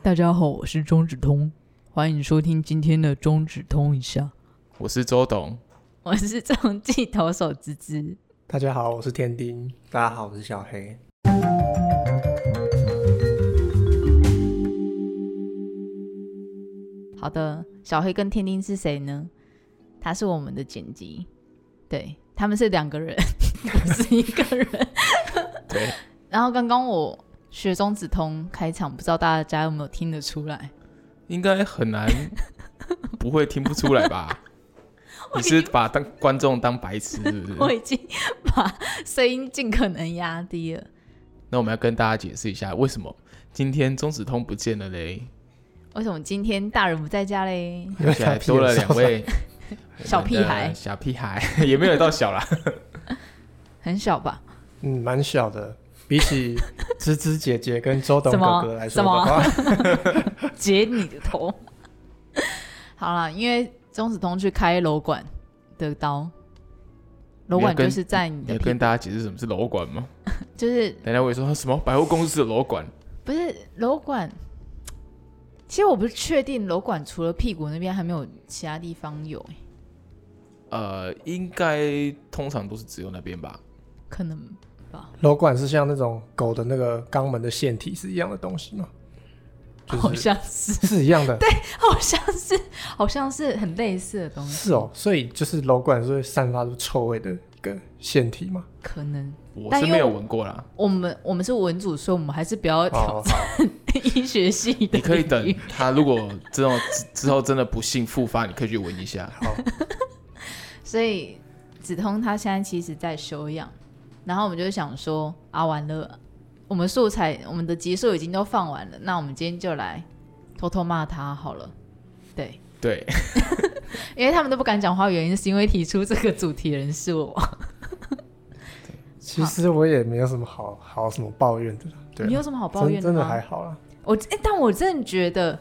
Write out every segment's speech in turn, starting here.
大家好，我是中指通，欢迎收听今天的中指通一下。我是周 董，我是中继投手芝芝，大家好，我是 天丁。大家好，我是小黑。好的，小黑跟天丁是谁呢？他是我们的剪辑，对，他们是两个 人，不是一个人。对，然后刚刚我学中子通开场，不知道大家有没有听得出来？应该 很难不会听不出来吧？我你已是经把当观众当白痴是 不我是？已经把声音尽可能压低了。那我们要跟大家解释一下，为什么今天中指通不见了嘞？为什么今天大人不在家嘞？因为而且还多了两位 小屁孩我们的小屁孩 也没有 到小啦。很小吧？嗯，蛮小的，比起芝芝姐姐跟周董什么哥哥来说的话，截你的头。 好啦，因为钟子通去开楼管的刀，楼管就是在你你的要屁跟股，大家解释什么是楼管吗？就是等一下我也说什么百货公司的楼管，不是楼管。其实我不是确定楼管除了屁股那边还没有其他地方有、欸呃，应该通常都是只有那边吧？可能 楼管是像那种狗的那个肛门的腺体是一样的东西吗？就好是像是，是一样的，好像是，好像是很类似的东西，是哦。所以就是楼管是会散发出臭味的一个腺体嘛。可能。我但是因为没有我闻过啦。我们我们是文组，所以我们还是不要挑哦，好，医学系的。你可以等他，如果之后 之之后真的不幸复发，你可以去闻一下。所以子通他现在其实在休养，然后我们就想说啊，完了，我们素材我们的集数已经都放完了，那我们今天就来偷偷骂他好了。对，对，因为他们都不敢讲话，原因是因为提出这个主题的人是我。其实我也没有什么好好什么抱怨的啦，对你啊，有什么好抱怨真真的吗？还好啦。我哎、但我真的觉得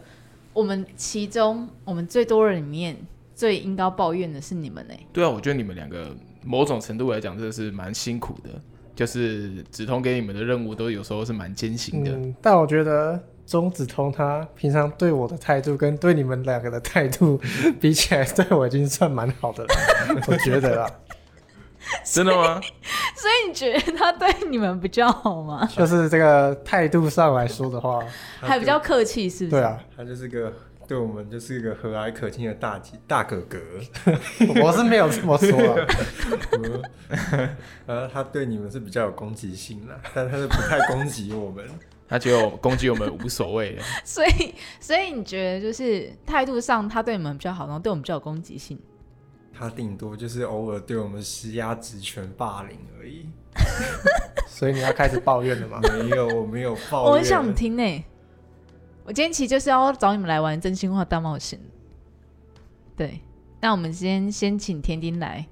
我们其中我们最多人里面最应该抱怨的是你们哎、 对啊，我觉得你们两个某种程度来讲，真的是蛮辛苦的。就是止痛给你们的任务，都有时候是蛮艰辛的。嗯，但我觉得钟子通他平常对我的态度跟对你们两个的态度 比起来，对我已经算蛮好的了，我觉得啦， 真的吗？所以你觉得他对你们比较好吗？就是这个态度上来说的话，还比较客气是不是？对啊，他就是个对我们就是一个和蔼可亲的大姐大哥哥。我是没有这么说啊， 然后嗯呃他对你们是比较有攻击性啦，但他是不太攻击我们。他觉得我攻击我们无所谓 了。 所以，所以你觉得就是态度上他对你们比较好，然后对我们比较有攻击性？他顶多就是偶尔对我们施压、职权霸凌而已，所以你要开始抱怨了吗？没有，我没有抱怨。我很想听呢、我今天其实就是要找你们来玩真心话大冒险。对，那我们先先请天丁来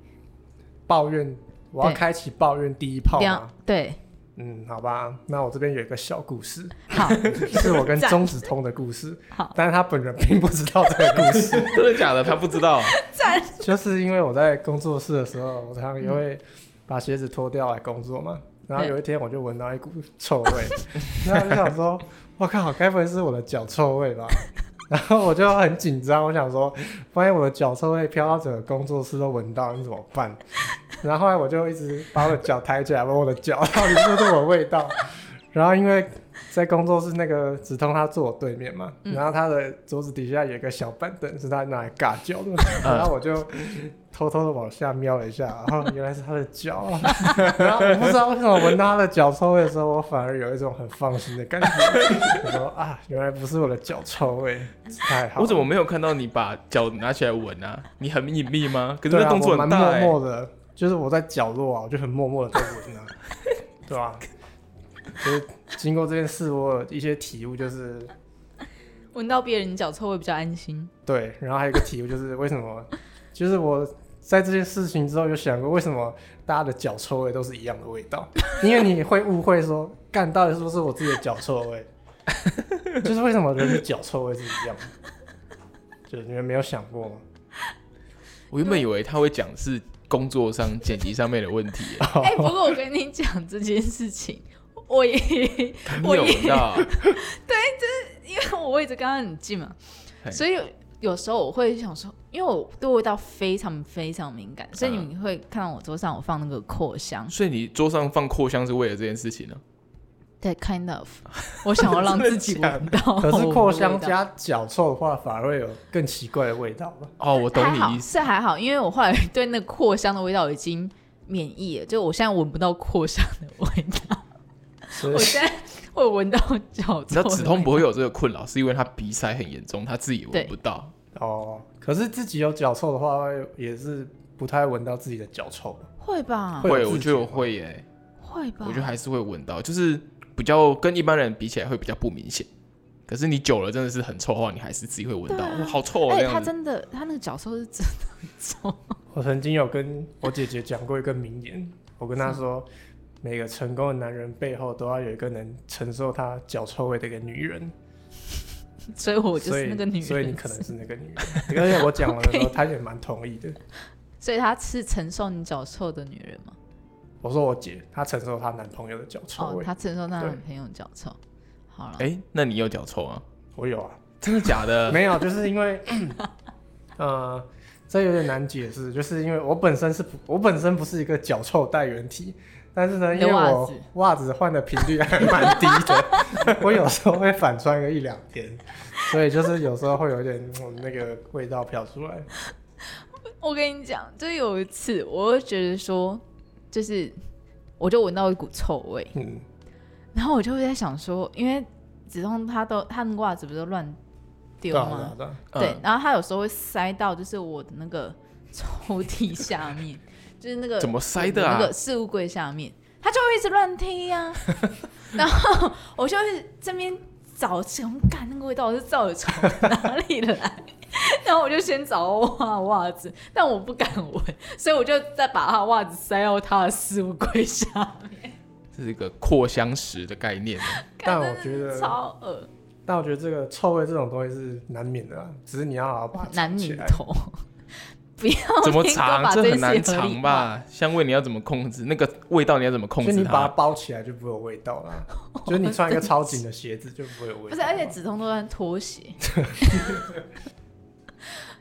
抱怨，我要对开启抱怨第一炮两吗？对，嗯，好吧，那我这边有一个小故 事，好是我跟赞钟子通的故事好，但是他本人并不知道这个故事。真的假的？他不知道。就是因为我在工作室的时候，我常常也会把鞋子脱掉来工作嘛。然后有一天我就闻到一股臭味， 然后我就想说，我靠，该不会是我的脚臭味吧？ 然后我就很紧张，我想说，万一我的脚臭味飘到整个工作室都闻到，你怎么办？然后后来我就一直把我的脚抬起来，闻我的脚到底是不是我的味道。 然后因为在工作室那个止痛，他坐我对面嘛，嗯然后他的桌子底下有一个小板凳，是他拿来尬脚的。嗯然后我就偷偷的往下瞄了一下，然后原来是他的脚啊。然后我不知道为什么闻到他的脚臭味的时候，我反而有一种很放心的 感觉。我说啊，原来不是我的脚臭味，太好了。我怎么没有看到你把脚拿起来闻啊？你很隐秘吗？可是对那啊，动作我很蛮大哎、默默的，就是我在角落啊，我就很默默的在闻啊， 对吧、就是经过这件事，我有一些体悟，就是闻到别人脚臭会比较安心。对，然后还有一个体悟就是为什么， 就是我在这件事情之后有想过，为什么大家的脚臭味都是一样的味道？因为你会误会说，干到底是不是我自己的脚臭味？ 就是为什么人的脚臭味是一样的？就是你们没有想过吗？我原本以为他会讲是工作上剪辑上面的问 题、欸。哎、不过我跟你讲这件事情，我也欸你有闻到啊？因为我我位置刚刚很近嘛，嘿所以有有时候我会想说，因为我对味道非常非常敏感，所以你们会看到我桌上我放那个扩香，所以你桌上放扩香是为了这件事情呢、对，kind of，我 想要让自己闻到我的味 可道。是扩香加脚臭的话，反而会有更奇怪的味道吧？哦，我懂还你好意思。是还好，因为我后来对那个扩香的味道已经免疫了，就我现在闻不到扩香的味道，所以我现在会闻到脚你知臭。道止痛不会有这个困扰，是因为他鼻塞很严重，他自己对闻不到。哦，可是自己有脚臭的话，会也是不太闻到自己的脚臭。会吧？会有会，自我觉觉得我吗会耶、会吧？我觉得还是会闻到，就是比较跟一般人比起来会比较不明显。可是你久了真的是很臭的话，你还是自己会闻到，对啊哇好臭哦、哎、这他样子。真的，他那个脚臭是真的很臭。我曾经有跟我姐姐讲过一个名言，我跟她说，每个成功的男人背后都要有一个能承受他脚臭味的一个女人。所以哦我就是那个女人，所以，所以你可能是那 个女人。而且我讲完的时候，她也蛮同意的。所以她是承受你脚臭的女人吗？我说我姐，她承受她男朋友的脚臭哦，味，她承受她对男朋友脚臭。好了，哎、那你有脚臭啊？我有啊，真的假的？ 嗯没有，就是因 为，呃，这有点难解释，就是因为我本身是不，我本身不是一个脚臭带源体，但是呢，你的因为袜我子袜子换的频率还蛮低 的，我有时候会反穿个一两天，所以就是有时候会有点、嗯那个味道飘出来。我跟你讲，就有一次，我就觉得说，就是我就闻到一股臭味，嗯，然后我就会在想说，因为子通他都他的袜子不是都乱丢对啊吗？对啊嗯对，然后他有时候会塞到就是我的那个 抽屉下面，就是那个怎么塞的啊我那个置物柜下面，他就会一直乱踢呀、 然后我就会这边找，想干那个味道是到底从哪里来？ 然后我就先找袜袜子，但我不敢闻，所以我就再把他的袜子塞到他的置物柜下面。这是一个扩香石的 概念。干但我觉真的得是超恶，但我觉得这个臭味这种东西是难免的啦，只是你要好好把它难藏起 拧来。头。不要怎么听哥藏？把这一些很难合理藏化？吧？香味你要怎么控制？那个味道你要怎么控所以制你把它它？包起来就不会有味道 啦，就是你穿一个超紧的鞋子就不会有味道。不是，而且子通都穿拖鞋，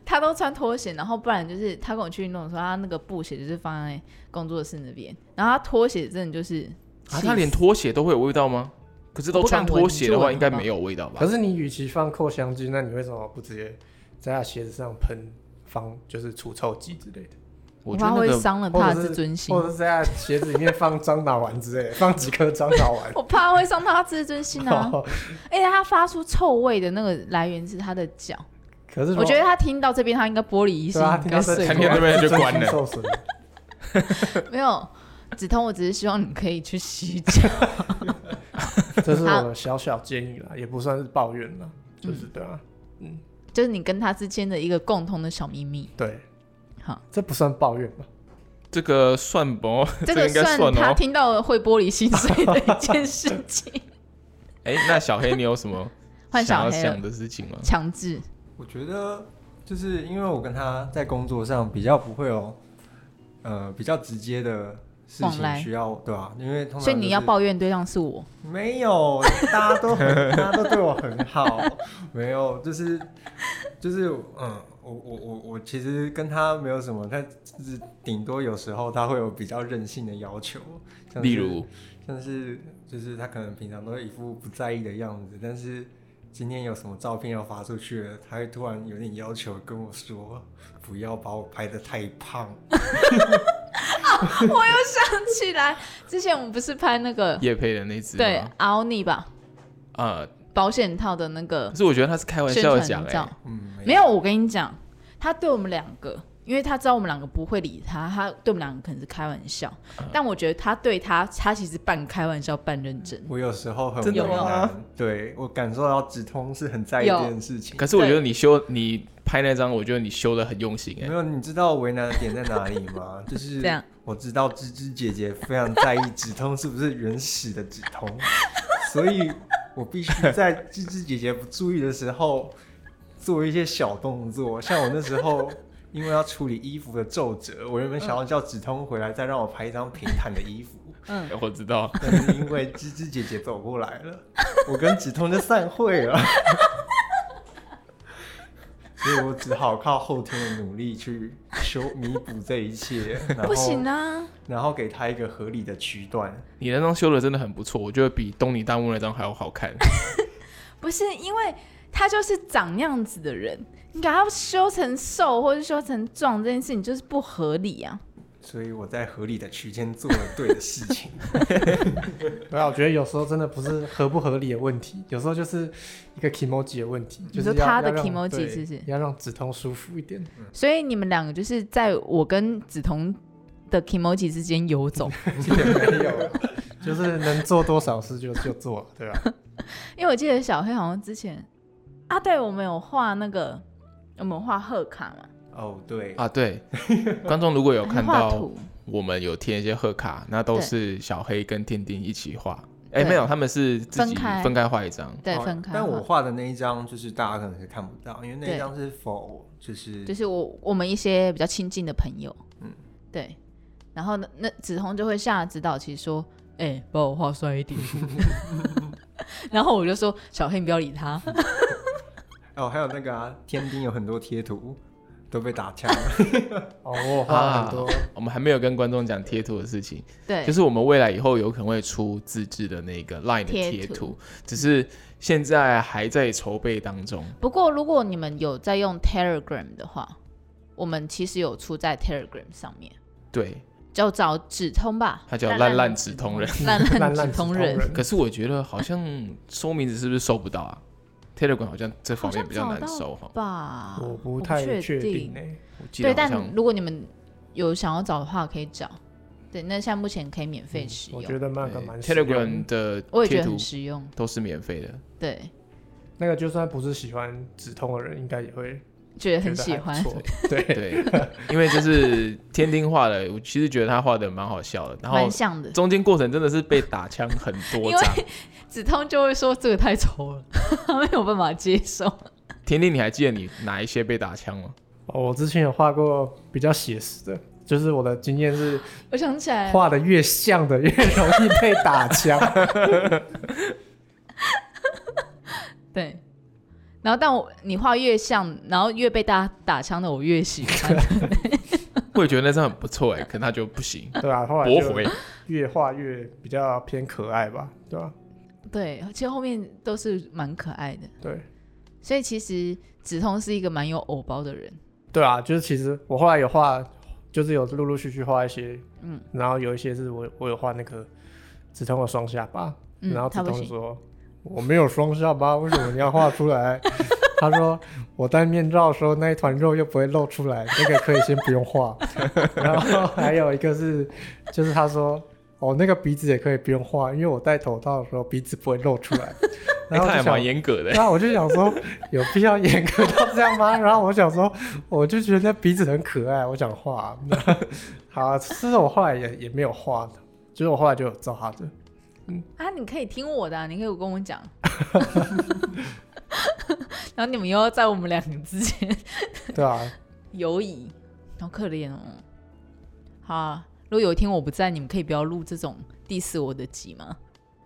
他都穿拖鞋，然后不然就是他跟我去运动的时候，他那个布鞋就是放在工作室那边，然后他拖鞋真的就是啊，气它连死拖鞋都会有味道吗？可是我都不敢穿拖闻鞋就的话，闻应该好不没有味道吧可？是你与其放扩香剂，那你为什么不直接在他鞋子上喷防就是除臭剂之类的，我觉怕得那会个伤了或他者的是自尊心 或，者是在他鞋子里面放樟脑丸之类的，放几颗樟脑 。丸！我怕会伤他的自尊心啊哦而且他发出臭味的那个来源是他的脚， 可是我觉得得他听到这边他应该玻璃心，对啊，应听该到这睡看过见了这边就关了真心受 损。没有。子通，我只是希望你可以去洗脚。这是我的小小建议啦，也不算是抱怨啦，就是嗯对啊，就是你跟他之间的一个共同的小秘密。对，好，这不算抱怨吧？这个算不？这个个应该算算他哦。听到会玻璃心碎的一件事 情。 哎，那小黑你有什么 换想小要黑想了，的事情吗？强制我觉得就是因为我跟他在工作上比较不会有呃比较直接的事往情来需要，对吧、因为通常、所以你要抱怨对象是我，没有，大家都很，大家都对我很 好，没有，就是就是嗯，我我我我其实跟他没有什么，他就是顶多有时候他会有比较任性的要求，像是例如，像是就是他可能平常都会一副不在意的样子，但是今天有什么照片要发出去了，他会突然有点要求跟我说，不要把我拍的太胖，我又想 起来，之前我们不是拍那个叶佩的那只对吗奥尼吧啊，保险套的那个可是我觉得他是开玩宣笑的传讲，哎照，？嗯，没有，我跟你讲，他对我们两个，因为他知道我们两个不会理他，他对我们两个可能是开玩笑，嗯但我觉得他对他，他其实半开玩笑半认真。我有时候很真的为吗难，对我感受到直通是很在意有这件事情。可是我对觉得你修你拍那张，我觉得你修的很用心哎没。有，你知道为难的点在哪里 吗？就是欸这样我知道芝芝姐姐非常在意止痛是不是原始的止 痛，所以我必须在芝芝姐姐不注意的时候做一些小动作。像我那时候，因为要处理衣服的皱褶，我原本想要叫止痛回来再让我拍一张平坦的衣服，嗯，我知道， 但是因为芝芝姐姐走过来了，我跟止痛就散会了。 只好靠后天的努力去修弥补这 一切，然后不行啊，然后给他一个合理的区段。你那张修的真的很不错，我觉得比东尼大木那张还要好 看。不是因为他就是长那样子的人，你给他修成瘦或者修成壮这件事情就是不合理啊。所以我在合理的区间做了对的事 情。对啊，我觉得有时候真的不是合不合理的问题，有时候就是一个 emoji 的问题，你就说是要他的要让 emoji 对嗯是不是要让止痛舒服一点。所以你们两个就是在我跟梓潼的 Kimoji 之间游走，也没有啊， 就是能做多少事就就做，对 吧、因为我记得小黑好像之前啊，对我们有画那个，我们有画贺卡嘛，哦，对，啊，对，观众如果有看画到图，我们有贴一些贺卡，那都对是小黑跟天丁一起画。哎、对没有，他们是自分己开分开画一张。对，哦分开画。但我画的那一张就是大家可能是看不到，因为那对一张是否就是就是我我们一些比较亲近的朋友，嗯嗯，对。然后呢，那梓潼就会下指导棋说：“哎、把我画帅一 点。” 然后我就说：“小黑，你不要理 他。哦，还有那个啊，天丁有很多贴图都被打枪了。哦，我啊画很多，我们还没有跟观众讲贴图的事情，”对，就是我们未来以后有可能会出自制的那个 LINE 的贴贴图图，只是现在还在筹备当中。不过如果你们有在用 Telegram 的话，我们其实有出在 Telegram 上面，对，就找止通吧，它叫烂烂止通 人，烂烂烂止烂通止人痛，人可是我觉得好像收名字是不是收不到啊？Telegram 好像这方面比较难收哈。吧，嗯我不太确确定嗯诶、我记得对，好但像如果你们有想要找的话，可以找。对，那现在目前可以免费使用，嗯我觉得那个对蛮实用的 Telegram 的我也觉贴得图很实用。都是免费的。对，那个就算不是喜欢止痛的人，应该也会觉得觉很得喜还不欢。错。对，对，因为就是天丁画的，我其实觉得他画的蛮好笑的。然后蛮像的。中间过程真的是被打枪很多因为张。子通就会说这个太丑了，他 没有办法接受。天丁，你还记得你哪一些被打枪吗？哦，我之前有画过比较写实的，就是我的经验是 我想起来，画的越像的越容易被打 枪。对。然后，但我你画越像，然后越被大家打枪的，我越喜 欢。我也觉得那张很不错哎，可他就不行，对吧、后来驳就回。哎越画越比较偏可爱吧，对吧、对，其实后面都是蛮可爱的。对，所以其实子通是一个蛮有偶包的人。对啊，就是其实我后来有画，就是有陆陆续续画一些，嗯嗯，然后有一些是我我有画那个紫通的双下巴，嗯然后他紫不通行说我没有双下巴，为什么你要画出来？ 他说我戴面罩的时候那一团肉又不会露出来，那个可以先不用画。然后还有一个是，就是他说哦那个鼻子也可以不用画，因为我戴头套的时候鼻子不会露出来。哎然后他还我就想蛮严格的欸。然啊后我就想说，有必要严格到这样吗？然后我想说，我就觉得鼻子很可爱，我想画。好啊，其实我后来也也没有画的，就是我后来就有照他的。啊，你可以听我的、啊，你可以跟我 讲。 然后你们又要在我们两个之间对啊，犹疑，好可怜哦。好、啊，如果有一天我不在，你们可以不要录这种 diss 我的集吗？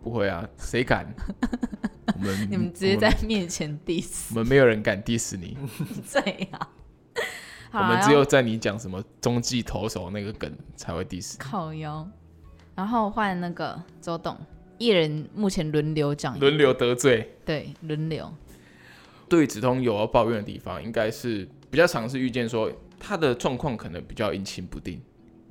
不会啊，谁敢？我 们你们直接在面前 diss 我们没有人敢 diss 你，这样。 我好啊们只有在你讲什么中继投手那个梗才会 diss 靠腰，然后换那个周董，一人目前轮流讲你，，轮流得罪。对，轮流。对止痛有要抱怨的地方，应该是比较常是遇见说他的状况可能比较阴晴不定。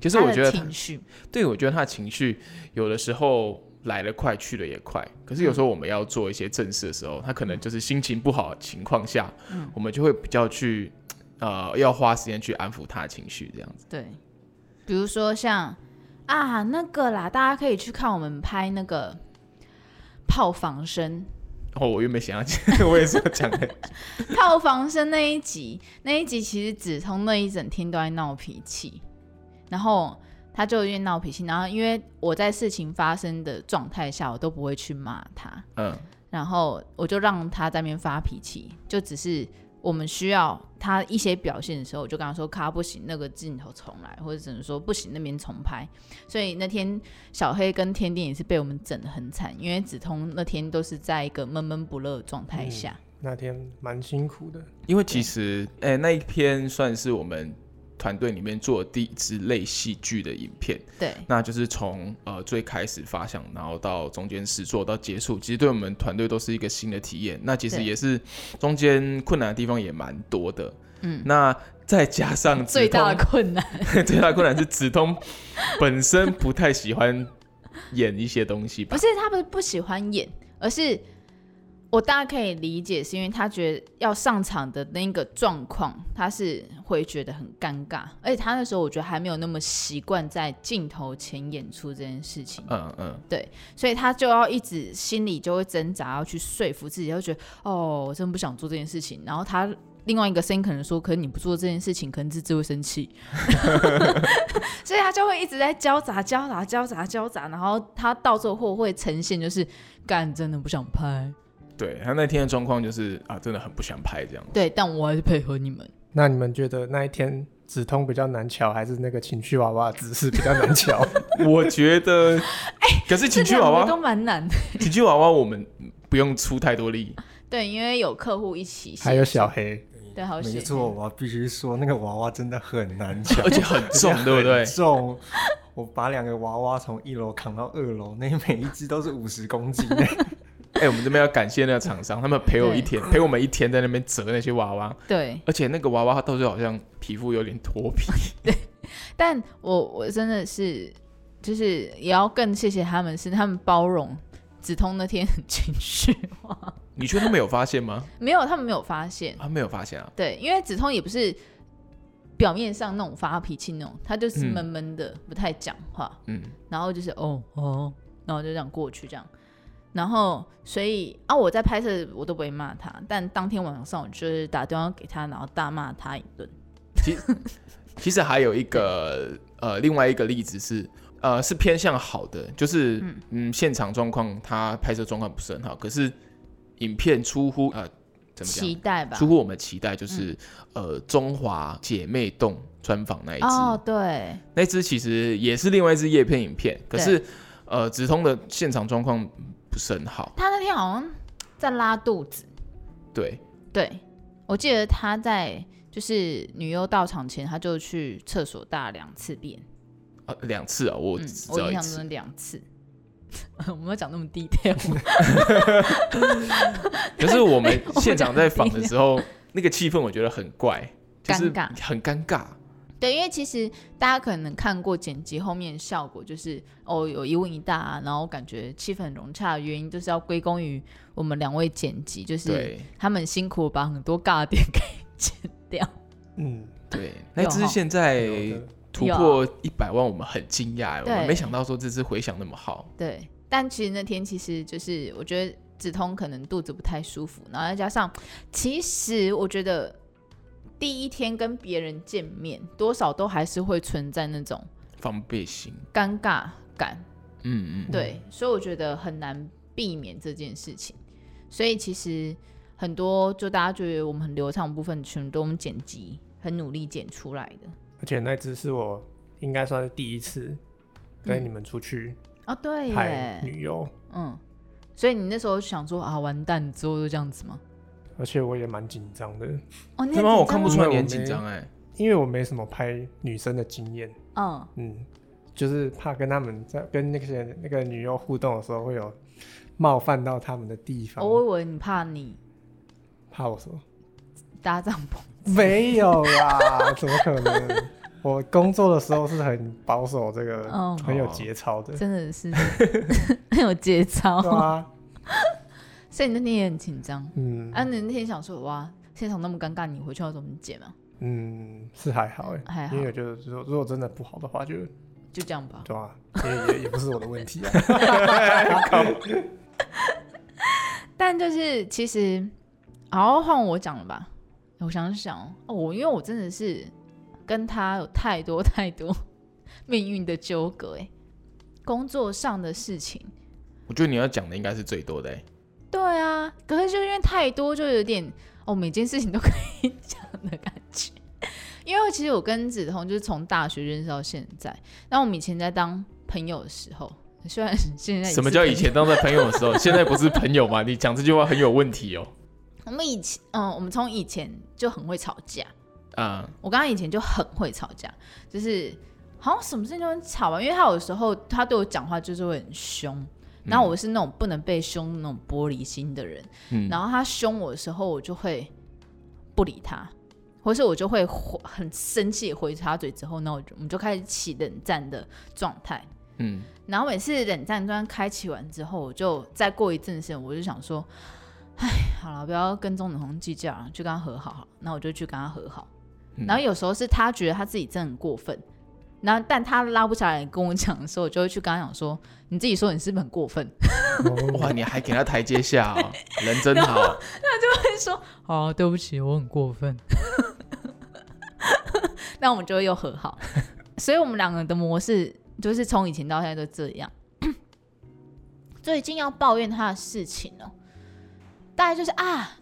其实他我的觉得他情绪，对我觉得他的情绪有的时候来得快，去得也快。可是有时候我们要做一些正事的时候，他可能就是心情不好的情况下，我们就会比较去呃要花时间去安抚他的情绪，这样子。对，比如说像啊那个啦，大家可以去看我们拍那个炮房声，然哦后我原本想要讲， 我也是要讲的，炮房声那一集，那一集其实子通那一整天都在闹脾气，然后他就因为闹脾气，然后因为我在事情发生的状态下，我都不会去骂他，嗯，然后我就让他在那边发脾气，就只是我们需要他一些表现的时候，我就跟他说咔不行，那个镜头重来，或者只能说不行那边重拍。所以那天小黑跟天定也是被我们整得很惨，因为子通那天都是在一个闷闷不乐的状态下，那天蛮辛苦的。因为其实，哎、那一篇算是我们团队里面做的第一支类戏剧的影片，对，那就是从呃最开始发想，然后到中间试做到结束，其实对我们团队都是一个新的体验。那其实对也是中间困难的地方也蛮多的，嗯，那再 加上最大的的困难， 最大的困难是子通本身不太喜欢演一些东西吧 不？是他不是不喜欢演，而是我大家可以理解，是因为他觉得要上场的那个状况，他是会觉得很尴尬，而且他那时候我觉得还没有那么习惯在镜头前演出这件事情，嗯嗯，所以他就要一直心里就会挣扎，要去说服自己，他就觉得哦，我真不想做这件事情。然后他另外一个声音可能说，可是你不做这件事情，可能芝芝会生气， 所以他就会一直在交杂、交杂、交杂、交杂，然后他到最后会呈现就是干，真的不想拍，对他那天的状况就是啊，真的很不想拍这样。对，但我还是配合你们。那你们觉得那一天止痛比较难瞧，还是那个情绪娃娃的姿势比较难瞧？我觉得，可是情趣娃哎 这两个娃，都蛮难的，情趣娃娃我们不用出太 多力，对，因为有客户一起，还有小黑，对，还有没写错，我必须说那个娃娃真的很难抢，而且很哦 重，对不对很？重。我把两个娃娃从一楼扛到二楼，那每一只都是五十 公斤欸的。哎、我们这边要感谢那个厂商，他们陪我一天，陪我们一天在那边折那些娃娃，对，而且那个娃娃它到最后好像皮肤有点脱皮。但我我真的是，就是也要更谢谢他们，是他们包容子通那天很情绪化，你觉得他们有发现吗？没有他们没有发现，他没有发现啊。对，因为子通也不是表面上那种发脾气那种，他就是嗯闷闷的，不太讲话，嗯，然后就是哦哦，然后就这样过去这样。然后，所以啊，我在拍摄我都不会骂他，但当天晚上我就是打电话给他，然后大骂他一顿。其实还有一个呃，另外一个例子是，呃，是偏向好的，就是嗯现场状况它拍摄状况不是很好，可是影片出乎呃怎么期讲，待吧出。乎我们期待，就是、呃中华姐妹洞专访那一支，哦，对，那支其实也是另外一支叶片影片，可是呃直通的现场状况不是很好，他那天好像在拉肚子，对，对，我记得他在就是女优到场前，他就去厕所大两次便。呃两次啊，我嗯，只知我道印一象次，中两次。 我们要讲那么低调，可是我们 我现场在访的 时候，那个气氛我觉得很怪，就是尴尬很尴尬。 对，因为其实大家可能看过剪辑后面效果，就是哦有一问一答、啊，然后感觉气氛很融洽的原因，就是要归功于我们两位剪辑，就是对他们辛苦把很多尬点给剪掉。嗯， 对，那有只是哈现在有的突有破一百万，我们很惊讶，欸我们对没想到说这次回响那么好。对，但其实那天其实就是我觉得子通可能肚子不太舒服，然后再加上，其实我觉得第一天跟别人见面，多少都还是会存在那种防备心，尴尬感，嗯嗯，对，所以我觉得很难避免这件事情。所以其实很多就大家觉得我们很流畅的部分，全都我们剪辑很努力剪出来的。而且那只是我应该算是第一次跟你们出去哦，对拍耶，女优，嗯，所以你那时候想说啊，完蛋，之后就这样子吗？而且我也蛮紧张的，哦，你他很妈我紧看张不吗出来你因为很我紧没张哎，因为我没什么拍女生的经验，嗯，嗯，就是怕跟他们在跟那些那个女优互动的时候会有冒犯到他们的地方，哦我以为你怕你怕我什么？搭帐篷，没有啦， 怎么可能？我工作的时候是很保守，这个、嗯很有节操的，真的是 很有节对操，啊，所以你那天也很紧张。嗯啊，你那天想说哇，现场那么尴尬，你回去要怎么解嘛？嗯，是还好哎，还好因为我觉得如果如果真的不好的话就，就这样吧。对啊，也也也不是我的问题啊， 但就是其实，好换我讲了吧。我想想哦哦，我因为我真的是跟他有太多太多 命运的纠葛哎，工作上的事情。我觉得你要讲的应该是最多的哎，对啊，可是就因为太多，就有点哦，每件事情都可以讲的感觉。因为其实我跟梓潼就是从大学认识到现在，那我们以前在当朋友的时候，虽然现在已经什么叫是以前当在朋友的时候，现在不是朋友吗？你讲这句话很有问题哦。我们以前，嗯，我们从以前就很会吵架。啊、我刚刚以前就很会吵架，就是好像什么事情都很吵吧，因为他有时候他对我讲话就是会很凶，嗯然后我是那种不能被凶的那种玻璃心的人，嗯然后他凶我的时候，我就会不理他，或是我就会回很生气回他嘴之后，那我就我们就开始起冷战的状态，嗯，然后每次冷战端开启完之后，我就再过一阵子，我就想说，哎，好了，不要跟钟子红计较了，就跟他和好好了。那我就去跟他和好。嗯然后有时候是他觉得他自己真的很过分，然后但他拉不下来跟我讲的时候，我就会去跟他讲说，你自己说你是不是很过分？哇，你还给他台阶下、哦，人真好。会说好，对不起，我很过分。那我们就会又和好， 所以我们两个的模式就是从以前到现在都这样。 最近要抱怨他的事情哦，大概就是啊，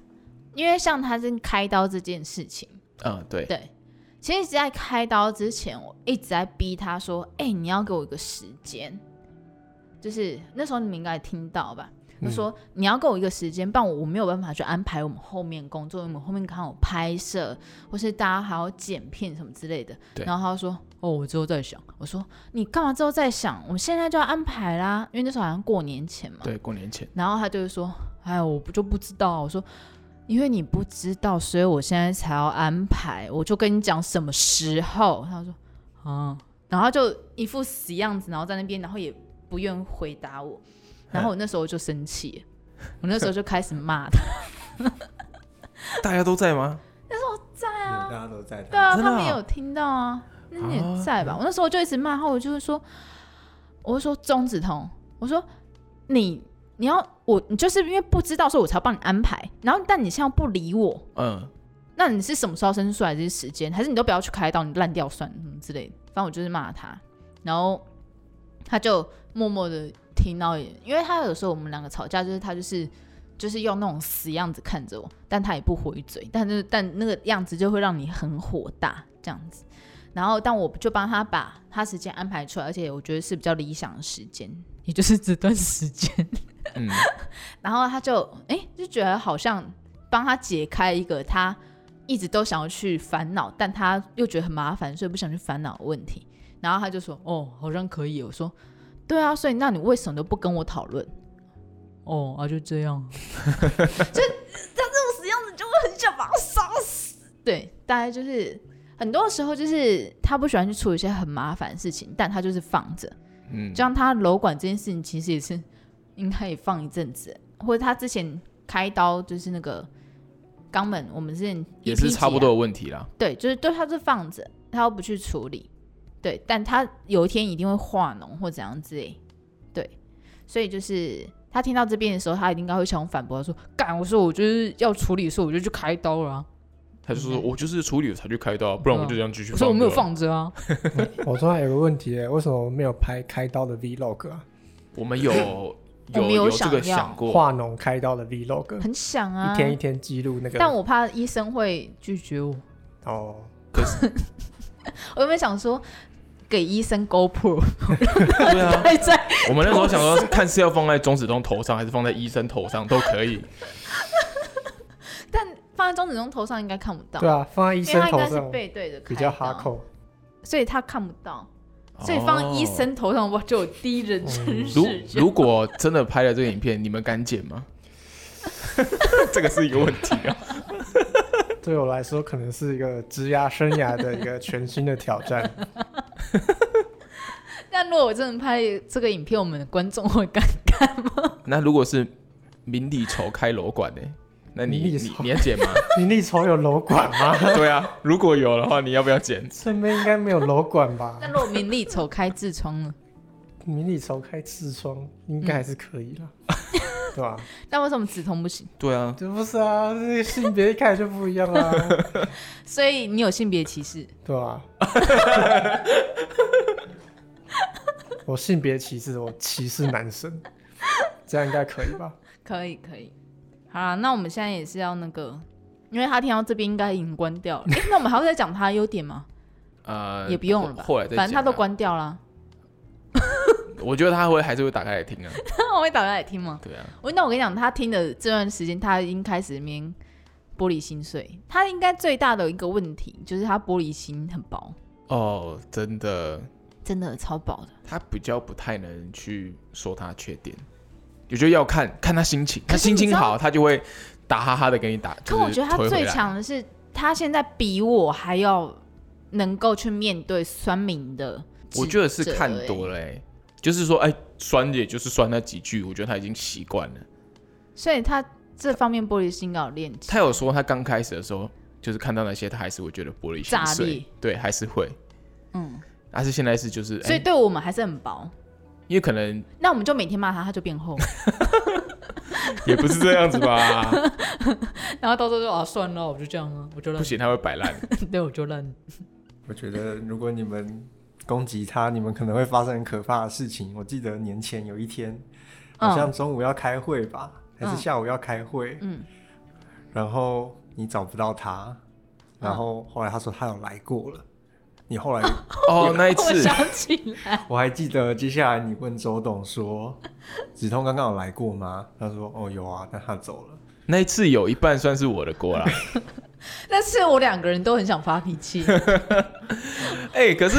因为像他是开刀这件事情，嗯，对，对，其实，在开刀之前，我一直在逼他说：“哎、你要给我一个时间。”就是那时候你们应该也听到吧？就说、你要给我一个时间，不然我没有办法去安排我们后面工作，因为我们后面刚好拍摄，或是大家还要剪片什么之类的。对然后他就说：“哦，我之后再想。”我说：“你干嘛之后再想？我们现在就要安排啦，因为那时候好像过年前嘛。”对，过年前，然后他就会说：“哎，我不就不知道。”我说：“因为你不知道，所以我现在才要安排。我就跟你讲什么时候。”他说：“嗯啊。”然后他就一副死样子，然后在那边，然后也不愿回答 我。然后我那时候就生气了，我那时候就开始骂他。大家都在吗？大家都在。对啊，真的他们也啊有听到啊，那你也啊在吧？我那时候就一直骂他，我就会说，我就说钟子彤，我说你你要我，你就是因为不知道，所以我才要帮你安排。然后但你现在不理我，嗯，那你是什么时候生出来这些时间？还是你都不要去开刀，你烂掉算了什么之类的？反正我就是骂他，然后他就默默的听到也，因为他有时候我们两个吵架，就是他就是就是用那种死样子看着我，但他也不回嘴，但是但那个样子就会让你很火大这样子。然后，但我就帮他把他时间安排出来，而且我觉得是比较理想的时间，也就是这段时间。嗯，然后他就哎、诶就觉得好像帮他解开一个他一直都想要去烦恼，但他又觉得很麻烦，所以不想去烦恼的问题。然后他就说：“哦，好像可以。”我说：“对啊，所以那你为什么都不跟我讨论？”哦，啊，就这 样，就他这种死样子，就会很想把他杀死。对，大概就是很多时候就是他不喜欢去处理一些很麻烦的事情，但他就是放着。嗯， 就像他楼管这件事情，其实也是应该也放一阵子，或者他之前开刀就是那个肛门，我们之前 EP 也是差不多集的问题啦啊，。对，就是对他是放着，他又不去处理，对，但他有一天一定会化脓或怎样之类，对，所以就是他听到这边的时候，他一定该会想反驳，他说：“干，我说我就是要处理，所以我就去开刀了、啊，他就说，我就是处理了才去开刀，不然我就这样继续。嗯我说我没有，放着啊。我突然有个问题耶，为什么没有拍开刀的 vlog 啊？我们有 我有们有这想个要想过，化脓开刀的” vlog，很想啊，一天一天记录那个。但我怕医生会拒绝我。哦，我有没有想说给医生 GoPro 对啊，还在？我们那时候想说，看是要放在钟子通头上，还是放在医生头上都可以。但放在钟子通头上应该看不到，对啊，放在医因为生他应头该是上背对着开比较刀哈，扣。所以他看不到，所以放医哦。生头上哇，就有第一人嗯称如视角。如果真的拍了这个影片，你们敢剪吗？ 这个是一个问题啊。对我来说，可能是一个职涯生涯的一个全新的挑战。 但如果我真的拍这个影片，我们的观众会感 那如果是明理仇开楼管呢？那你明理你仇你要剪吗？你力仇有楼管吗？ 对啊，如果有的话，你要不要剪？身边应该没有楼管吧那？如果名利丑开痔疮 呢？迷你仇开痔疮应该还是可以 啦，对吧、那为什么止痛不行？对啊，这不是啊，这个性别一开始就不一样啦、所以你有性别歧视？对吧、 我性别歧视，我歧视男生，这样应该可以吧？可以可以。好啦，那我们现在也是要那个，因为他听到这边应该已经关掉了。哎、那我们还要再讲他的优点吗？呃，也不用了吧，后后来再反正他剪都啊，关掉了。我觉得他会还是会打开来听啊。 我会打开来听吗？对啊，我那我跟你讲，他听的这段时间，他已经开始面玻璃心碎。他应该最大的一个问题就是他玻璃心很薄，哦，真的，真的超薄的。他比较不太能去说他缺点，我觉得要看看他心情，他可是心你情知道好，他就会打哈哈的给你打。可就是我觉得他推回最来，强的是，他现在比我还要能够去面对酸民的指责。我觉得是看欸多了、欸，就是说，哎、酸也就是酸那几句，我觉得他已经习惯了。所以他这方面玻璃心要有练习。他有说他刚开始的时候，就是看到那些，他还是会觉得玻璃心炸碎裂，对，还是会。嗯，但是现在是就是，哎、所以对我们还是很薄。因为可能那我们就每天骂他，他就变厚，也不是这样子吧， 然后到时候就啊算了，我就这样啊，我就不，行，他会摆烂。对，我就烂。我觉得如果你们攻击他，你们可能会发生很可怕的事情。我记得年前有一天，好像中午要开会吧，还嗯是下午要开会，嗯，然后你找不到他，嗯然后后来他说他有来过了。你后来，哦，那一 我次，想起来，我还记得接下来你问周董说：“ 子通刚刚有来过吗？”他说：“哦，有啊，但他走了。那一次有一半算是我的锅啦。那次我两个人都很想发脾气， 哎、可是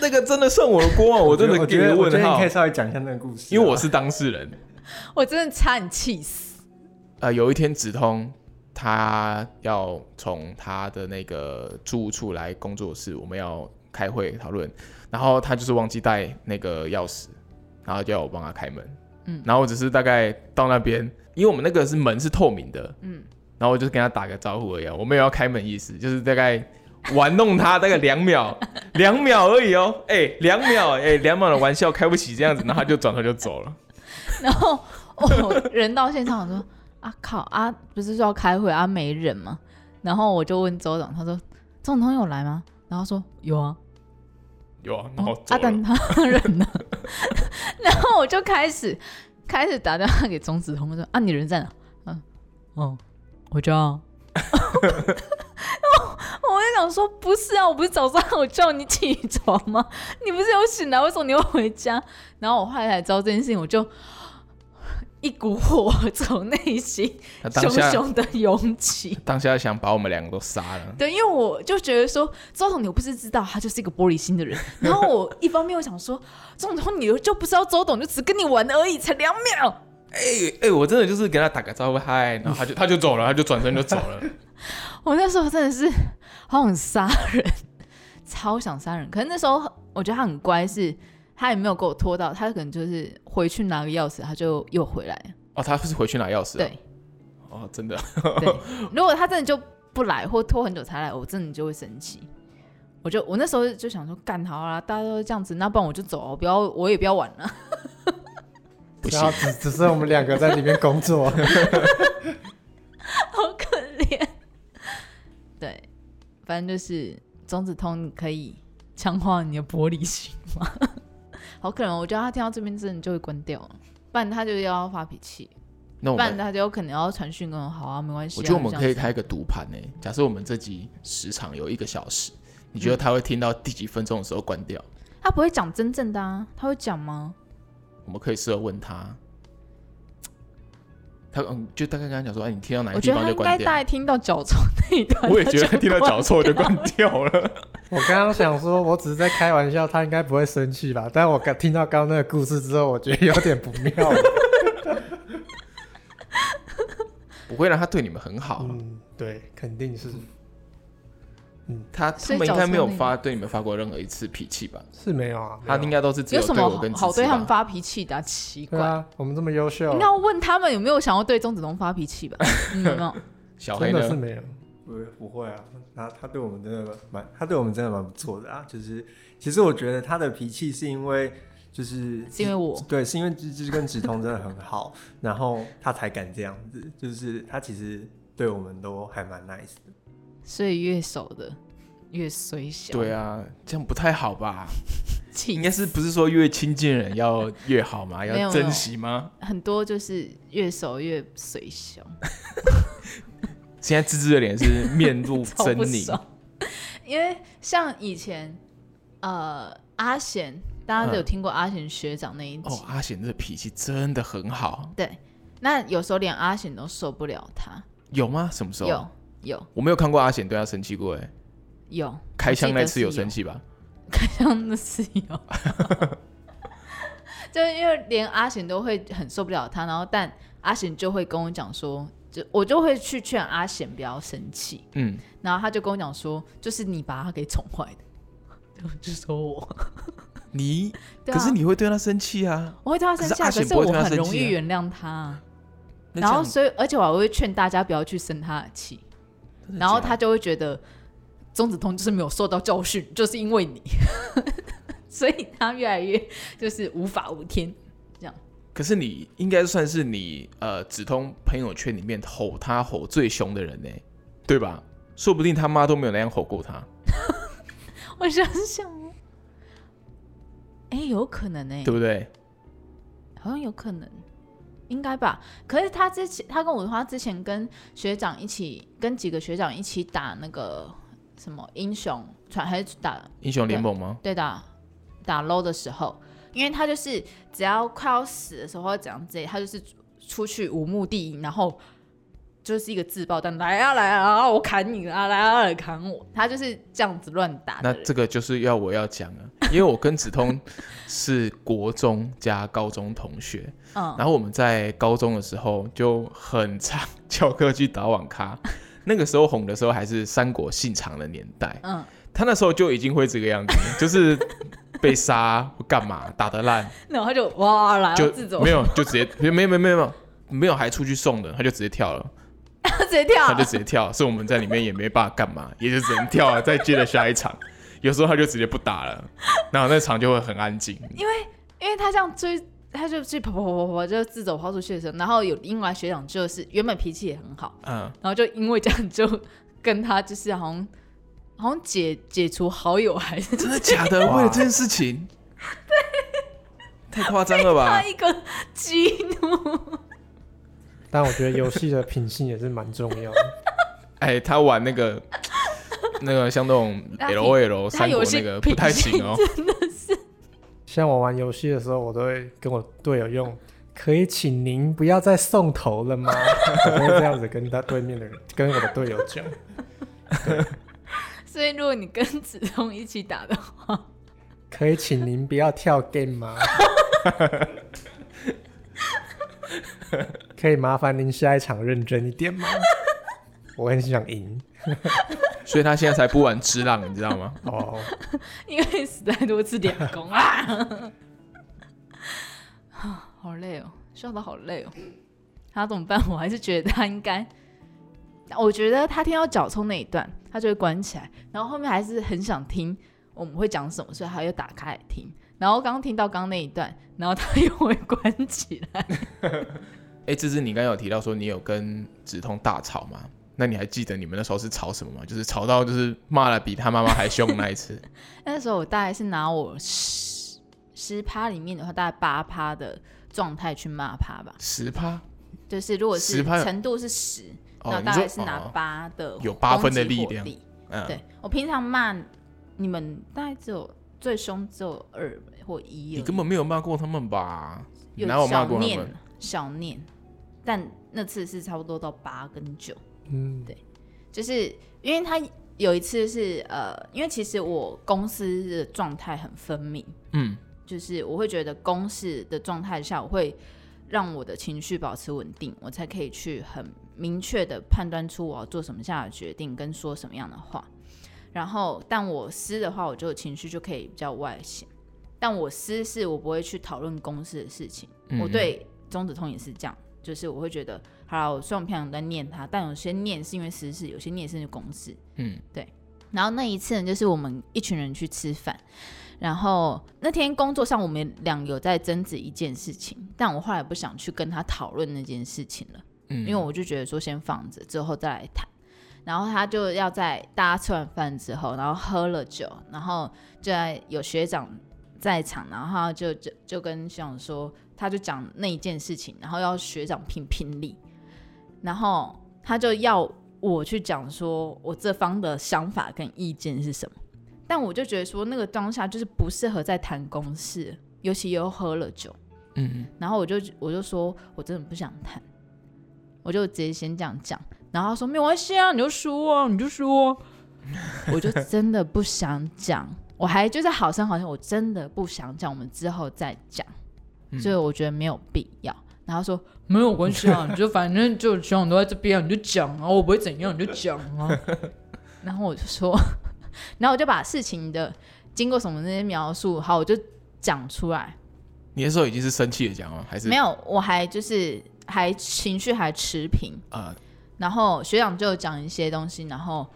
那个真的算我的锅吗？”啊我真的我给觉你得，我觉问得你号可以，稍微讲一下那个故事啊、因为我是当事人。我真的差点气死。呃，有一天直通他要从他的那个住处来工作室，我们要开会讨论，然后他就是忘记带那个钥匙，然后叫我帮他开门，嗯然后我只是大概到那边，因为我们那个是门是透明的，嗯，然后我就跟他打个招呼而已啊、我没有要开门意思，就是大概玩弄他大概两秒，两秒而已哦，哎、两秒，哎、两秒的玩笑开不起这样子，然后他就转头就走了，然后我人到现场，我说啊靠啊，不是说要开会啊没人吗？然后我就问周董，他说周董有来吗？然后他说有啊，有啊，然后走啊，了。但他 人呢？然后我就开始开始打电话给钟子通，我说啊，你人在哪？嗯，哦，我叫、 啊。我我就想说，不是啊，我不是早上我叫你起床吗？你不是有醒来，为什么你又回家？然后我后来才知道这件事情，我就 一股火从内心他当汹下汹的涌起。当下想把我们两个都杀了。对，因为我就觉得说，周董你又不是知道他就是一个玻璃心的人，然后 我一方面又想说，周董你就不知道周董就只跟你玩而已，才两秒，哎、哎、我真的就是给他打个招呼嗨，然后 他就他就走了，他就转身就走了。我那时候真的是好想杀人，超想杀人。可是那时候我觉得他很乖是，他也没有给我拖到，他可能就是回去拿个钥匙，他就又回来了。 哦，他是回去拿钥匙、啊。对。哦，真的，对，如果他真的就不来，或拖很久才来，我真的就会生气。我就我那时候就想说，干好啦，大家都这样子，那不然我就走，啊我不要，我也不要玩了。不行然后只只剩我们两个在里面工 作，好可怜。 对，反正就是钟子通，你可以强化你的玻璃心吗？ 好可哦能，我觉得他听到这边真的就会关掉了，不然他就要发脾气，那我不然们他就可能要传讯跟我好啊，没关系、啊。我觉得我们可以这样开个读盘呢、假设我们这集时长有一个小时，你觉得他会听到第几分钟的时候关掉？子，他不会讲真正的啊，他会讲吗？我们可以试着问他。他嗯，就大概跟他讲说，哎，你听到哪我个地觉得方他就应该大关掉。概听到脚臭那一段，我也觉得他听到脚臭就关关掉了。我刚刚想说，我只是在开玩笑，他应该不会生气吧？但我刚听到刚刚那个故事之后，我觉得有点不妙了。 不会让他对你们很好。嗯，对，肯定是他所他以们应该没有脚臭那个发对你们发过任何一次脾气吧？是没有啊，他应该都是 只有什么我跟好好芝芝对他们发吧脾气的啊、奇对怪，啊，我们这么优秀应该，要问他们有没有想要对钟子通发脾 气吧？你们有没有？小黑真的是呢？没有。不不会啊，他他对我们真的蛮，他对我们真的蛮不错的啊。就是其实我觉得他的脾气是因为就是是因为我对，是因为芝芝跟直通真的很好， 然后他才敢这样子。就是他其实对我们都还蛮 nice 的。所以越熟的越虽小。对啊，这样不太好吧？气应该是不是说越亲近人要越好吗？没有要珍惜吗？很多就是越熟越随 小，现在芝芝的脸是面 露超狰不狞，爽。因为像以前，呃，阿贤，大家都有嗯听过阿贤学长那一集，哦，阿显这脾气真的很好，对，那有时候连阿贤都受不了他，有吗？什么时候？有有我没有看过阿贤对他生气过哎、有，开枪那次有我记得生是气吧？开枪的是有， 就因为连阿贤都会很受不了他，然后但阿贤就会跟我讲说，就我就会去劝阿贤不要生气，嗯，然后他就跟我讲说，就是你把他给宠坏的， 就就说我，你、对啊、可是你会对他生气啊？我会对他生气啊，可可是阿贤是不会我对很他生容气易啊原谅他啊，那然后这样所以而且我还会劝大家不要去生他的气，真的然后假他的就会觉得钟子通就是没有受到教训，就是因为你， 所以他越来越就是无法无天。可是你应该算是你呃只通朋友圈里面吼他吼最凶的人呢、对吧？说不定他妈都没有那样吼过他。我想想哦，哎、有可能哎、对不对？好像有可能，应该吧。可是他之前，他跟我说，他之前跟学长一起，跟几个学长一起打那个什么英雄传，还是打英雄联盟吗？对打打 low 的时候，因为他就是只要快要死的时候或者怎样之类，他就是出出去无目的，然后就是一个自爆弹，来啊来啊，我砍你啊，来啊来砍我，他就是这样子乱打那的人。这个就是要我要讲啊， 因为我跟子通是国中加高中同学，嗯，然后我们在高中的时候就很常翘课去打网 咖，那个时候红的时候还是三国信长的年代，嗯，他那时候就已经会这个样子，就是被杀 干嘛打得烂，然后他就哇，然后就自走，没有就直接没有没有没有没有没有还出去送的，他就直接跳了，他直接跳他，就直接跳，所以我们在里面也没办法干嘛，也就只能跳了，再接着下一场。有时候他就直接不打了，然后那场就会很安静。因为他这样追，他就去跑跑跑跑跑，就自走跑出去的时候，然后有另外学长就是原本脾气也很好，嗯，然后就因为这样就跟他就是好像 好像解解除好友还是真的假的？哇为了这件 事情，太夸张了吧他？一个激怒。但我觉得游戏的品性也是蛮重要的。 哎，他玩那个那个像那种他 L O L 他三有国一些那个不太行哦。像我玩游戏的时候，我都会跟我队友用“可以请您不要再送头 了吗？”我会这样子跟他对面的人，跟我的队友讲。 所以如果你跟子通一起打的话，可以请您不要跳 game 吗？ 可以麻烦您下一场认真一点吗？我很想赢所以他现在才不玩之浪，你知道吗？哦。 因为死太多次两公啊， 好累哦，笑得好累哦。他怎么办？我还是觉得他应该，我觉得他听到脚冲那一段，他就会关起来，然后后面还是很想听我们会讲什么，所以他又打开来听。然后刚听到刚那一段，然后他又会关起来。哎，这是你刚刚有提到说你有跟止痛大吵吗？那你还记得你们那时候是吵什么吗？就是吵到就是骂了比他妈妈还凶那 一次。那时候我大概是拿我十十趴里面的话，大概八趴的状态去骂他吧。十趴就是如果是10%程度是十，哦，那你大说概是拿哦八的有8分的攻击力火量嗯，对我平常骂你们大概只有最凶只有二或一而已，你根本没有骂过他们吧？你有哪有骂小过他念们？小念，但那次是差不多到八跟九，嗯，就是因为他有一次是呃，因为其实我公司的状态很分明，嗯，就是我会觉得公事的状态下，我会让我的情绪保持稳定，我才可以去很明确的判断出我要做什么下的决定跟说什么样的话。然后，但我私的话，我就情绪就可以比较外显。但我私是我不会去讨论公事的事情。嗯我哦对钟子通也是这样，就是我会觉得，好啦，我虽然平常有在念他，但有些念是因为私事，有些念是因为公事。嗯，然后那一次呢，就是我们一群人去吃饭，然后那天工作上我们俩有在争执一件事情，但我后来不想去跟他讨论那件事情了，嗯因为我就觉得说先放着，之后再来谈。然后他就要在大家吃完饭之后，然后喝了酒，然后就在有学长在场，然后他就就就跟学长说，他就讲那一件事情，然后要学长评评理，然后他就要我去讲说我这方的想法跟意见是什么，但我就觉得说那个当下就是不适合在谈公事，尤其又喝了酒，嗯，然后我就我就说我真的不想谈，我就直接先这样讲，然后他说没关系啊，你就说啊，你 就说，我就真的不想讲，我还就是好声好气，我真的不想讲，我们之后再讲，嗯所以我觉得没有必要。然后他说没有关系啊，你就反正就全网都在这边啊，你就讲啊，我不会怎样，你就讲啊。然后我就说， 然后我就把事情的经过什么那些描述，好，我就讲出来。你那时候已经是生气的讲吗？还是没有有，我还就是还情绪还持平，啊？然后学长就有讲一些东西，然后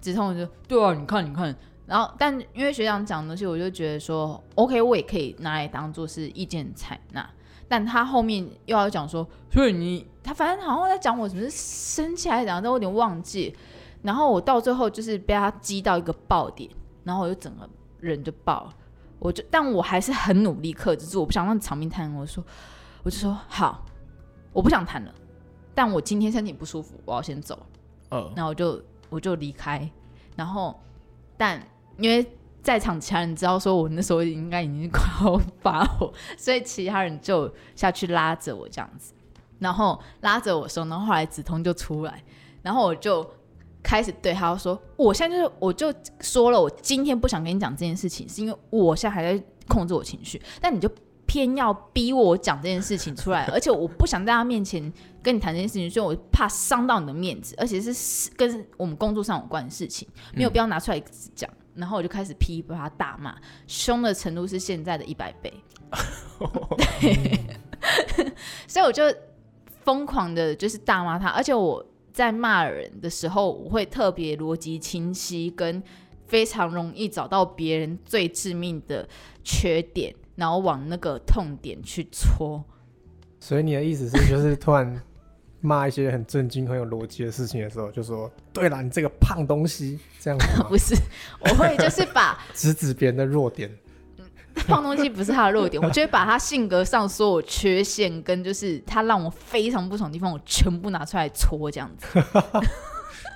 子通就对啊，你看你看，然后但因为学长讲的东西，我就觉得说 OK，我也可以拿来当做是意见采纳，但他后面又要讲说，所以你他反正好像在讲我什么是生气还是怎样，但我有点忘记，然后我到最后就是被他激到一个爆点，然后我就整个人就爆了。我就，但我还是很努力克制住，我不想让场面太我说，我就说好，我不想谈了。但我今天身体不舒服，我要先走。呃，那我就我就离开。然后，但因为在场其他人知道说我那时候应该已经快要发火， 所以其他人就下去拉着我这样子，然后拉着我说，然后后来子通就出来，然后我就。开始对他说：“我现在就是，我就说了，我今天不想跟你讲这件事情，是因为我现在还在控制我情绪，但你就偏要逼我讲这件事情出来，而且我不想在他面前跟你谈这件事情，所以我怕伤到你的面子，而且是跟我们工作上有关的事情，没有必要拿出来一直讲。然后我就开始噼啪大骂，凶的程度是现在的一百倍。对，所以我就疯狂的，就是大骂他，而且我在骂人的时候，我会特别逻辑清晰，跟非常容易找到别人最致命的缺点，然后往那个痛点去戳。所以你的意思是，就是突然骂一些很震惊、很有逻辑的事情的时候，就说：“对啦，你这个胖东西！”这样子吗不是， 我会就是把直指别人的弱点。胖东西不是他的弱点， 我就会把他性格上所有缺陷跟就是他让我非常不爽的地方，我全部拿出来戳这样子。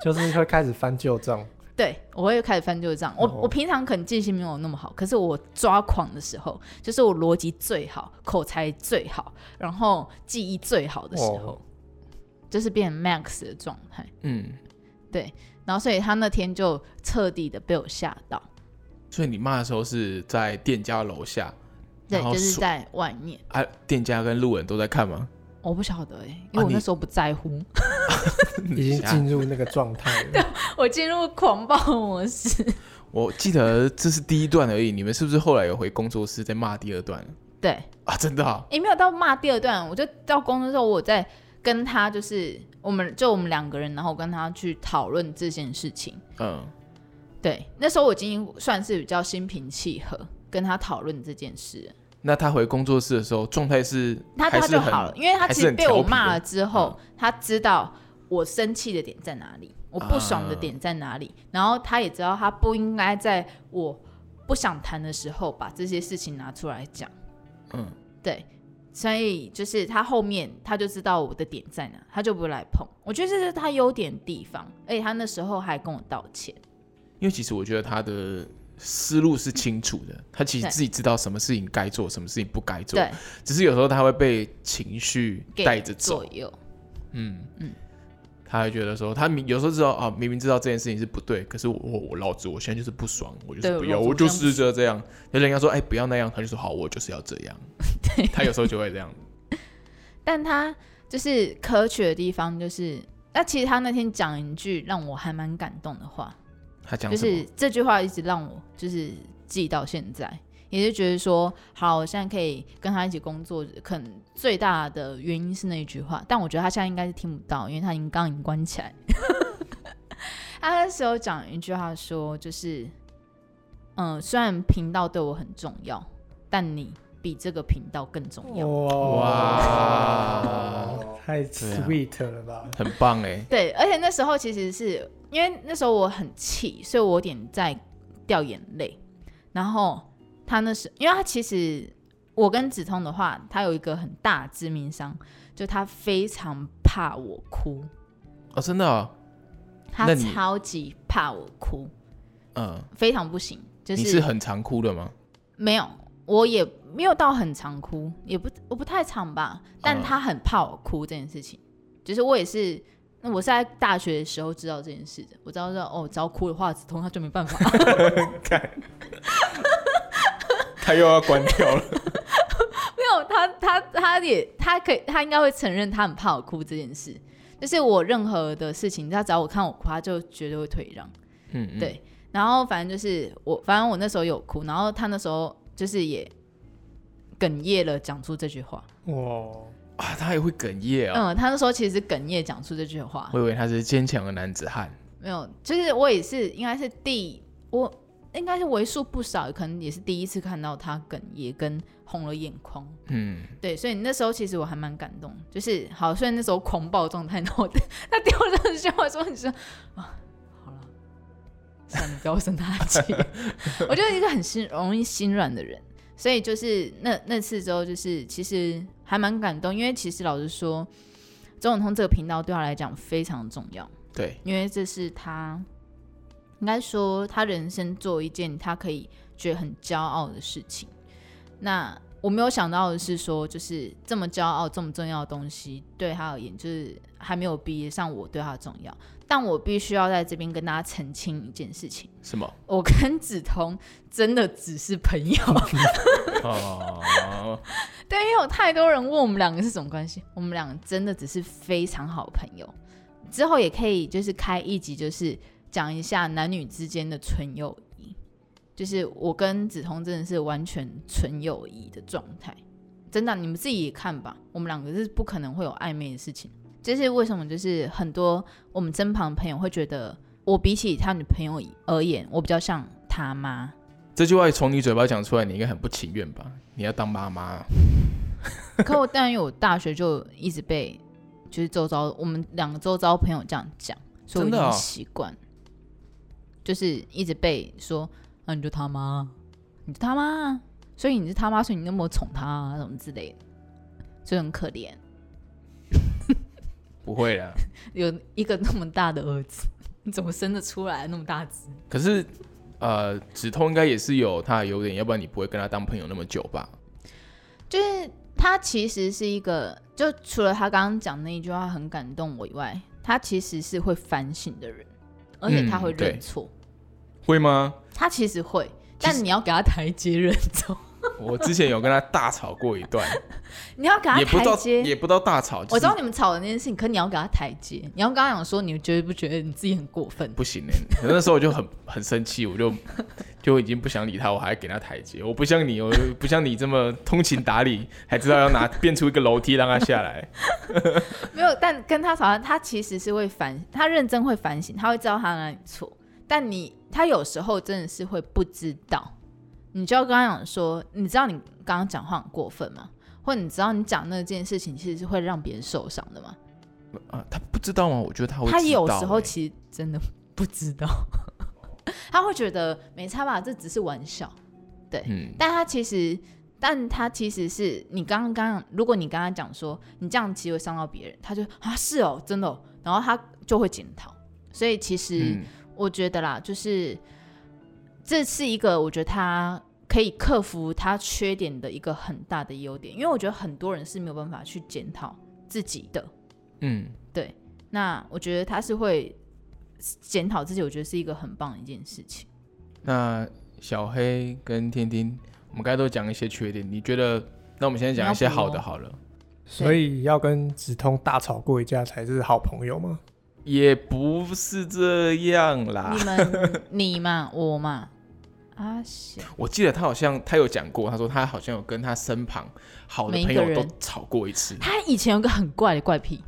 就是会开始翻旧账，对，我会开始翻旧账。我、哦我平常可能记性没有那么好，可是我抓狂的时候，就是我逻辑最好，口才最好，然后记忆最好的时候，哦就是变成 max 的状态。嗯，然后所以他那天就彻底的被我吓到，所以你骂的时候是在店家楼下，对然，后就是说在外面，啊，店家跟路人都在看吗？我不晓得哎、因为我啊你那时候不在乎， 已经啊进入那个状态了。我进入狂暴模式。我记得这是第一段而已，你们是不是后来有回工作室在骂第二段对，啊？真的啊？也没有到骂第二段，我就到公司的时候，我有在跟他就是我们就我们两个人，然后我跟他去讨论这件事情。嗯，对，那时候我已经算是比较心平气和跟他讨论这件事了，那他回工作室的时候状态是他还他是就很好了，因为他还其是实很被我调皮骂的嗯了之后，他知道我生气的点在哪里，我不爽的啊点在哪里，然后他也知道他不应该在我不想谈的时候把这些事情拿出来讲。嗯，对，所以就是他后面他就知道我的点在哪，他就不会来碰。我觉得这是他优点的地方，而且他那时候还跟我道歉。因为其实我觉得他的思路是清楚的，他其实对自己知道什么事情该做，什么事情不该做，对，只是有时候他会被情绪给带着走左，右。嗯嗯他会觉得说，他明有时候知道啊，明明知道这件事情是不对，可是我我我老子我现在就是不爽，我就对是不要，老子我就我这样是这这样。有人家说，哎、不要那样，他就说好，我就是要这 样。他有时候就会这样。但他就是可取的地方，就是那其实他那天讲一句让我还蛮感动的话，他讲 就什么？是这句话一直让我就是记到现在，也是觉得说，好，我现在可以跟他一起工作，可能最大的原因是那一句话，但我觉得他现在应该是听不到，因为他已经刚已经关起来。 他那时候讲一句话说，就是，嗯、虽然频道对我很重要，但你比这个频道更重要。哇太对啊 sweet 了吧？很棒哎、对，而且那时候其实是因为那时候我很气，所以我有点在掉眼泪。然后他那时，因为他其实我跟子通的话，他有一个很大的致命伤，就他非常怕我哭，哦，真的、哦，那他你超级怕我哭，嗯，非常不行，就你是很常哭的吗？ 没有，我也没有到很常哭，也不我不太常吧，但他很怕我哭这件事情，就是我也是那我是在大学的时候知道这件事的，我知道说哦，只要哭的话，止痛它就没办法。看，他又要关掉了。没有，他他他也他可以，他应该会承认他很怕我哭这件事。就是我任何的事情，他只要我看我哭，他就绝对会退让。 嗯，嗯，对，然后反正就是我，反正我那时候有哭，然后他那时候就是也哽咽了，讲出这句话。哇，啊，他也会哽咽啊、嗯，他那时候其实哽咽讲出这句话，我以为他是坚强的男子汉。没有，就是我也是应该是第我应该是为数不少，可能也是第一次看到他哽咽跟红了眼眶。嗯，对，所以那时候其实我还蛮感动，就是好，虽然那时候狂暴状态，然后我 他丢了这句话说，你说啊，好了，算了，不要生他气。我就是一个很心容易心软的人，所以就是那那次之后，就是其实还蛮感动，因为其实老实说，周永通这个频道对他来讲非常重要。对，因为这是他应该说他人生做一件他可以觉得很骄傲的事情。那我没有想到的是说，就是这么骄傲、这么重要的东西，对他而言就是还没有比上我对他的重要。但我必须要在这边跟大家澄清一件事情：什么？我跟梓潼真的只是朋友。 哦，对，因为有太多人问我们两个是什么关系，我们两个真的只是非常好的朋友。之后也可以就是开一集，就是讲一下男女之间的纯友谊，就是我跟梓潼真的是完全纯友谊的状态，真的啊、你们自己也看吧，我们两个是不可能会有暧昧的事情。就是为什么，就是很多我们身旁的朋友会觉得，我比起他女朋友而言，我比较像他妈。这句话从你嘴巴讲出来，你应该很不情愿吧？你要当妈妈啊，可我但因为我大学就一直被，就是周遭我们两个周遭朋友这样讲，所以我已真的经哦习惯，就是一直被说啊，你就他妈，你就他妈，所以你是他妈，所以你那么宠他、啊、什么之类的，所以很可怜，不会 啦。有一个那么大的儿子， 你怎么生得出来那么大只？可是，呃，止痛应该也是有他的优点，要不然你不会跟他当朋友那么久吧？就是他其实是一个，就除了他刚刚讲那一句话很感动我以外，他其实是会反省的人，而且他嗯会对认错。会吗？他其实会，其实但你要给他台阶认错，我之前有跟他大吵过一 段， 你要给他也不台到阶。也不到大吵，就是、我知道你们吵的那件事情，可你要给他台阶，你要跟他讲说，你觉不觉得你自己很过分？不行呢、可 那时候我就很很生气，我就就已经不想理他，我还给他台阶。我不像你，我不像你这么通情达理，还知道要拿变出一个楼梯让他下来。 没有，但跟他吵架，他其实是会反，他认真会反省，他会知道他哪里错，但你他有时候真的是会不知道，你就要跟他讲说，你知道你刚刚讲话很过分吗？或者你知道你讲那件事情其实是会让别人受伤的吗？ 啊，他不知道吗？我觉得他会知道、他有时候欸哦其实真的 不知道， 他会觉得没差吧，这只是玩笑。嗯，但他其实，但他其实是你刚刚，如果你跟他讲说你这样其实会伤到别人，他就啊是哦，真的、哦，然后他就会检讨。所以其实嗯我觉得啦，就是这是一个我觉得他可以克服他缺点的一个很大的优点，因为我觉得很多人是没有办法去检讨自己的。嗯，那我觉得他是会检讨自己，我觉得是一个很棒的一件事情。那小黑跟天天，我们刚才都讲一些缺点，你觉得？那我们现在讲一些你要补好的哦好了，所以要跟直通大吵过一架才是好朋友吗？也不是这样啦。你们你嘛，我嘛， 阿翔，我记得他好像他有讲过，他说他好像有跟他身旁好的每一朋个友都人吵过一次。他以前有个很怪的怪癖，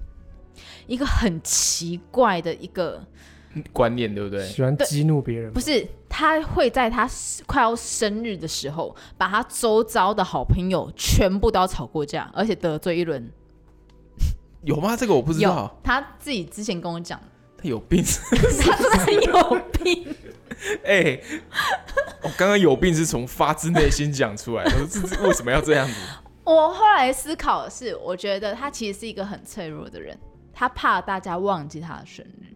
一个很奇怪的一个，观念，对不对？喜欢激怒别人吗不？是他会在他快要生日的时候，把他周遭的好朋友全部都要吵过架，而且得罪一轮。有吗？这个我不知有道，他自己之前跟我 讲，他 有病。他真的有病。哎、我刚刚有病是从发自内心讲出来， 我说这这为什么要这样子？嗯我后来思考的是，我觉得他其实是一个很脆弱的人，他怕大家忘记他的生日，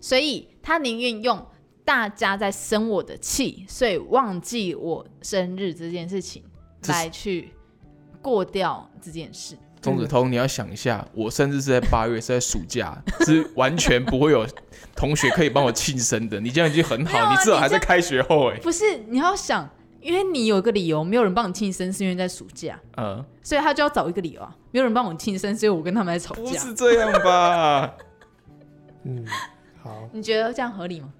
所以他宁愿用大家在生我的气，所以忘记我生日这件事情这是来去过掉这件事。中子通，你要想一下，我甚至是在八月，是在暑假， 是完全不会有同学可以帮我庆生的。你这样已经很没有好，啊你至少还你这在样开学后哎、不是你要想，因为你有一个理由，没有人帮你庆生，是因为在暑假，嗯，所以他就要找一个理由啊，没有人帮我庆生，所以我跟他们在吵不架。是这样 吧？嗯，好，你觉得这样合理吗？，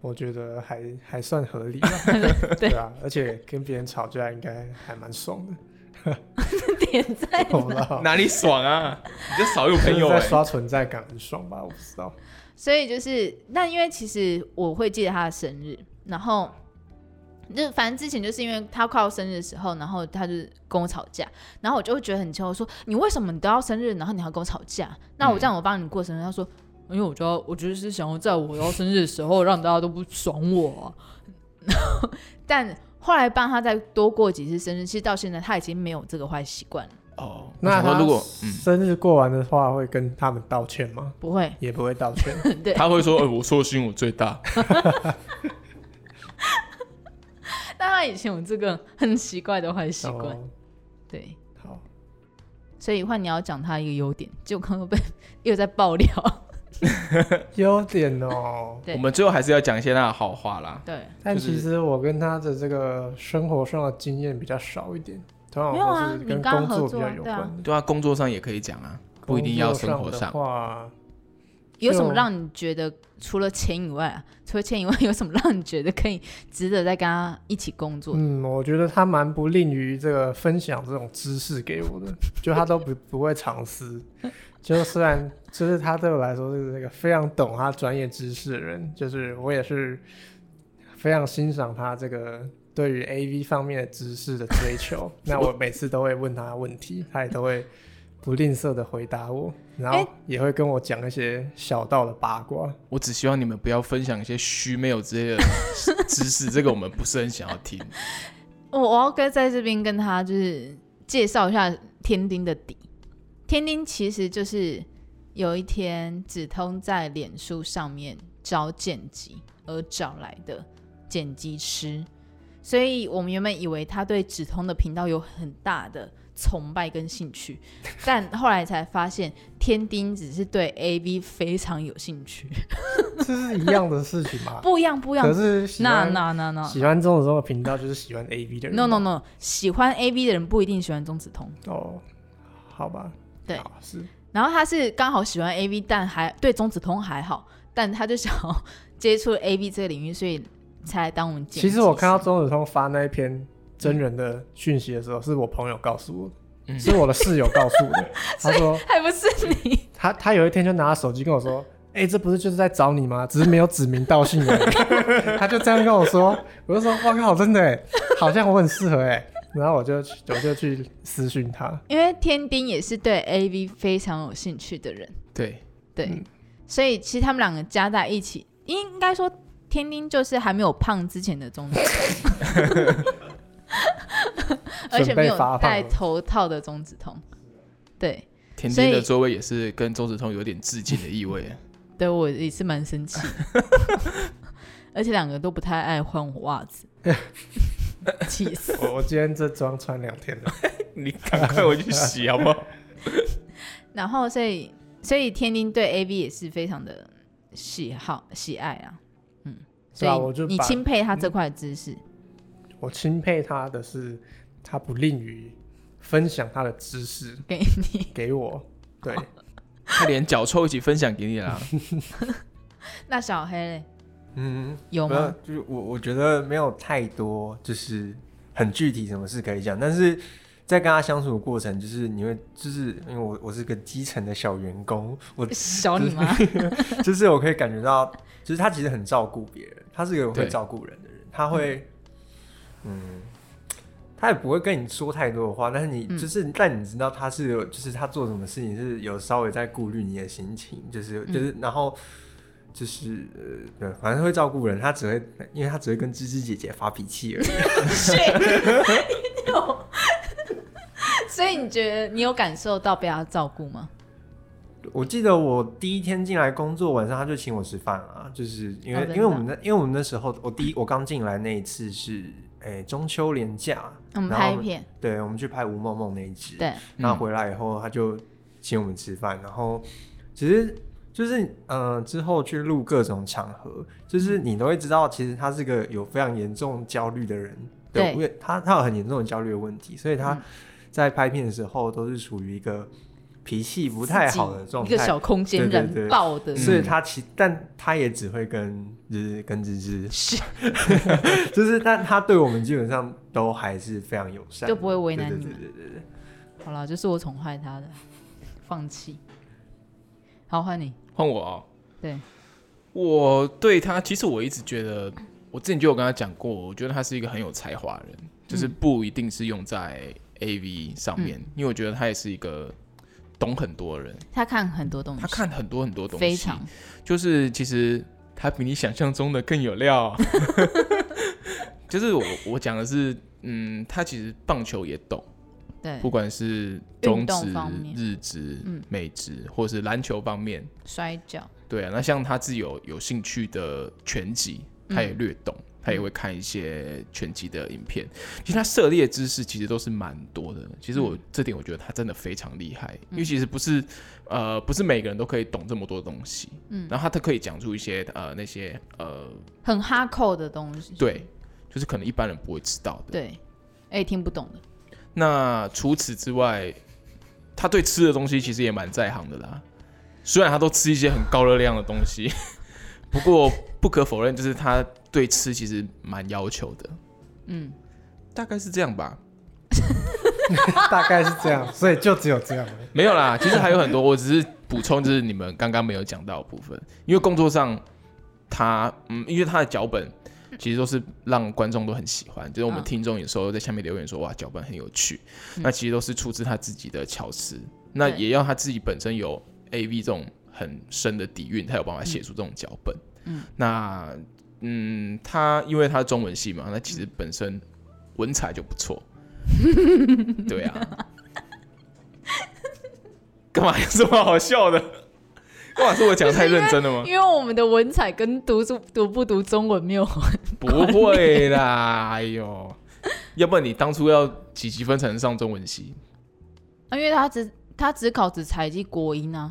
我觉得还还算合理 吧 对啊，而且跟别人吵架应该还蛮爽的， 点在我不知道，哪里爽啊？你就少有就朋是 友在哎、刷存在感很爽吧，我不知道。所以就是，那因为其实我会记得他的生日，然后就反正之前就是因为他快要生日的时候，然后他就跟我吵架，然后我就会觉得很气，我说你为什么你都要生日，然后你还跟我吵架？那我这样我帮你过生日，他说。因为我就要，我就是想要在我要生日的时候让大家都不爽 我、啊，但后来帮他再多过几次生日，其实到现在他已经没有这个坏习惯了，哦，那我想他说如果嗯，生日过完的话，会跟他们道歉吗？不会，也不会道歉。对，他会说，呃，我说的心我最大，但他以前有这个很 奇怪的坏习惯，哦，对，好，所以换你要讲他一个优点，结果刚刚被 又在爆料，优 点哦。对我们最后还是要讲一些他的好话啦。对，但就是其实我跟他的这个生活上的经验比较少一点，通没有常啊都是你跟刚工合作作比啊较有对啊关的。对啊，工作上也可以讲啊，不一定要生活工作上的。话，有什么就让你觉得除了钱以外啊，除了钱以外，有什么让你觉得可以值得再跟他一起工作？嗯，我觉得他蛮不吝于这个分享这种知识给我的，就他都不不会 藏私。就虽然就是他对我来说是那个非常懂他专业知识的人，就是我也是非常欣赏他这个对于 A V 方面的知识的追求。那我每次都会问他问题，他也都会不吝啬的回答我，然后哎也会跟我讲一些小道的八卦。我只希望你们不要分享一些虚没有之类 的知识，这个我们不是很想要听。我哦我要跟在这边跟他就是介绍一下天丁的底。天丁其实就是有一天子通在脸书上面找剪辑而找来的剪辑师，所以我们原本以为他对子通的频道有很大的崇拜跟兴趣，但后来才发现天丁只是对 A V 非常有兴趣，这是一样的事情吧？不一样不一啊可样。是喜那欢那那那喜欢中的中的频道就是喜欢 A V 的人吧。 ，no no no，喜欢 A V 的人不一定喜欢中子通。哦，好吧，对好是然后他是刚好喜欢 A V，但还对钟子通还好，但他就想要接触 A V 这个领域，所以才来当我们剪辑其师。实我看到钟子通发那一篇真人的讯息的时候，是我朋友告诉我的，嗯是我的室友告诉我 的。他说还不是你，他他有一天就拿手机跟我说。哎、这不是就是在找你吗？只是没有指名道姓而 已。他就这样跟我说，我就说，哇靠，真的哎，好像我很适合哎。然后我就去我就去私讯他，因为天丁也是对 A V 非常有兴趣的人，对，对，嗯所以其实他们两个加在一起，应该说天丁就是还没有胖之前的钟子通， 而且 准备没有发胖戴了头套的钟子通，对。天所天的以座位也是跟周子通有点致敬的意味。对我也是蛮生气的，而且两个都不太爱换袜子，气死！我我今天这装穿两天了，你赶快回去洗好不好？然后所以所以天丁对 A V 也是非常的喜好喜爱啊，嗯，所对啊我以就你把钦佩他这块知识，我钦佩他的是，他不吝于分享他的知识给你。 给我，对，他连脚臭一起分享给 你啦。那小黑嘞嗯，有没有吗？，就是我我觉得没有太多，就是很具体什么事可以讲，但是在跟他相处的过程，就是你会，就是因为我我是个基层的小员工，我小你吗？ 就是我可以感觉到，就是他其实很照顾别人，他是一个会对照顾人的人，他会，嗯，他也不会跟你说太多的话，但是你、嗯就是，但你知道他是有，就是他做什么事情是有稍微在顾虑你的心情，就是嗯就是，然后。就是呃，对，反正会照顾人，他只会，因为他只会跟芝芝姐姐发脾气而已。 所以你觉得你有感受到被他照顾吗？我记得我第一天进来工作，晚上他就请我吃饭啊，就是因哦为、真的因为我们那因为我们那时候我第一我刚进来那一次是哎、中秋连假，我们然后拍片，对，我们去拍吴梦梦那一集，对，那嗯回来以后，他就请我们吃饭，然后其实就是呃之后去录各种场合，就是你都会知道，其实他是个有非常严重焦虑的人，对因为他他有很严重的焦虑的问题，所以他嗯在拍片的时候都是处于一个脾气不太好的状一个态。小空间对对燃对爆的，所以他其，但他也只会跟就是跟芝芝，是 就是但他对我们基本上都还是非常友善，就不会为难对你对们对对对对，好了，就是我宠坏他的，放弃。好，换你。换我哦。对，我对他，其实我一直觉得，我之前就有跟他讲过，我觉得他是一个很有才华的人，就是嗯不一定是用在 AV 上面，因为我觉得他也是一个懂很多的人，他看很多东西，他看很多很多东西，嗯非常就是其实他比你想象中的更 有料。 就是我我讲的是，嗯，他其实棒球也懂，对不管是嗯运中动职方、面日职嗯、美职，或是篮球方面，摔跤，对啊，那像他自己有有兴趣的拳击，他也略懂，他也会看一些拳击的影片。其实他涉猎知识其实都是蛮多的。其实我、这点我觉得他真的非常厉害，因为其实不是呃不是每个人都可以懂这么多东西。嗯，然后他他可以讲出一些呃那些呃很哈扣的东西。对，就是可能一般人不会知道的。对，哎、听不懂的。那除此之外，他对吃的东西其实也蛮在行的啦。虽然他都吃一些很高热量的东西， 不过不可否认，就是他对吃其实蛮要求的。嗯，大概是这样吧。大概是这样，所以就只有 这样了。没有啦，其实还有很多，我只是补充，就是你们刚刚没有讲到的部分。因为工作上，他嗯，因为他的脚本其实都是让观众都很喜欢，就是我们嗯听众有时候在下面留言说哇，脚本很有趣，嗯那其实都是出自他自己的巧思，那对也要他自己本身有 A V 这种很深的底蕴，才有办法写出这种脚本。嗯，那嗯，他因为他是中文系嘛，那其实本身文采就不错。 对啊， 干嘛有什么好笑的？ 干嘛是我讲太认真了吗？因为我们的文采跟读书读不读中文没有不会啦，哎呦，要不然你当初要几级分才能上中文系？啊，因为他只他只考只采集国音啊，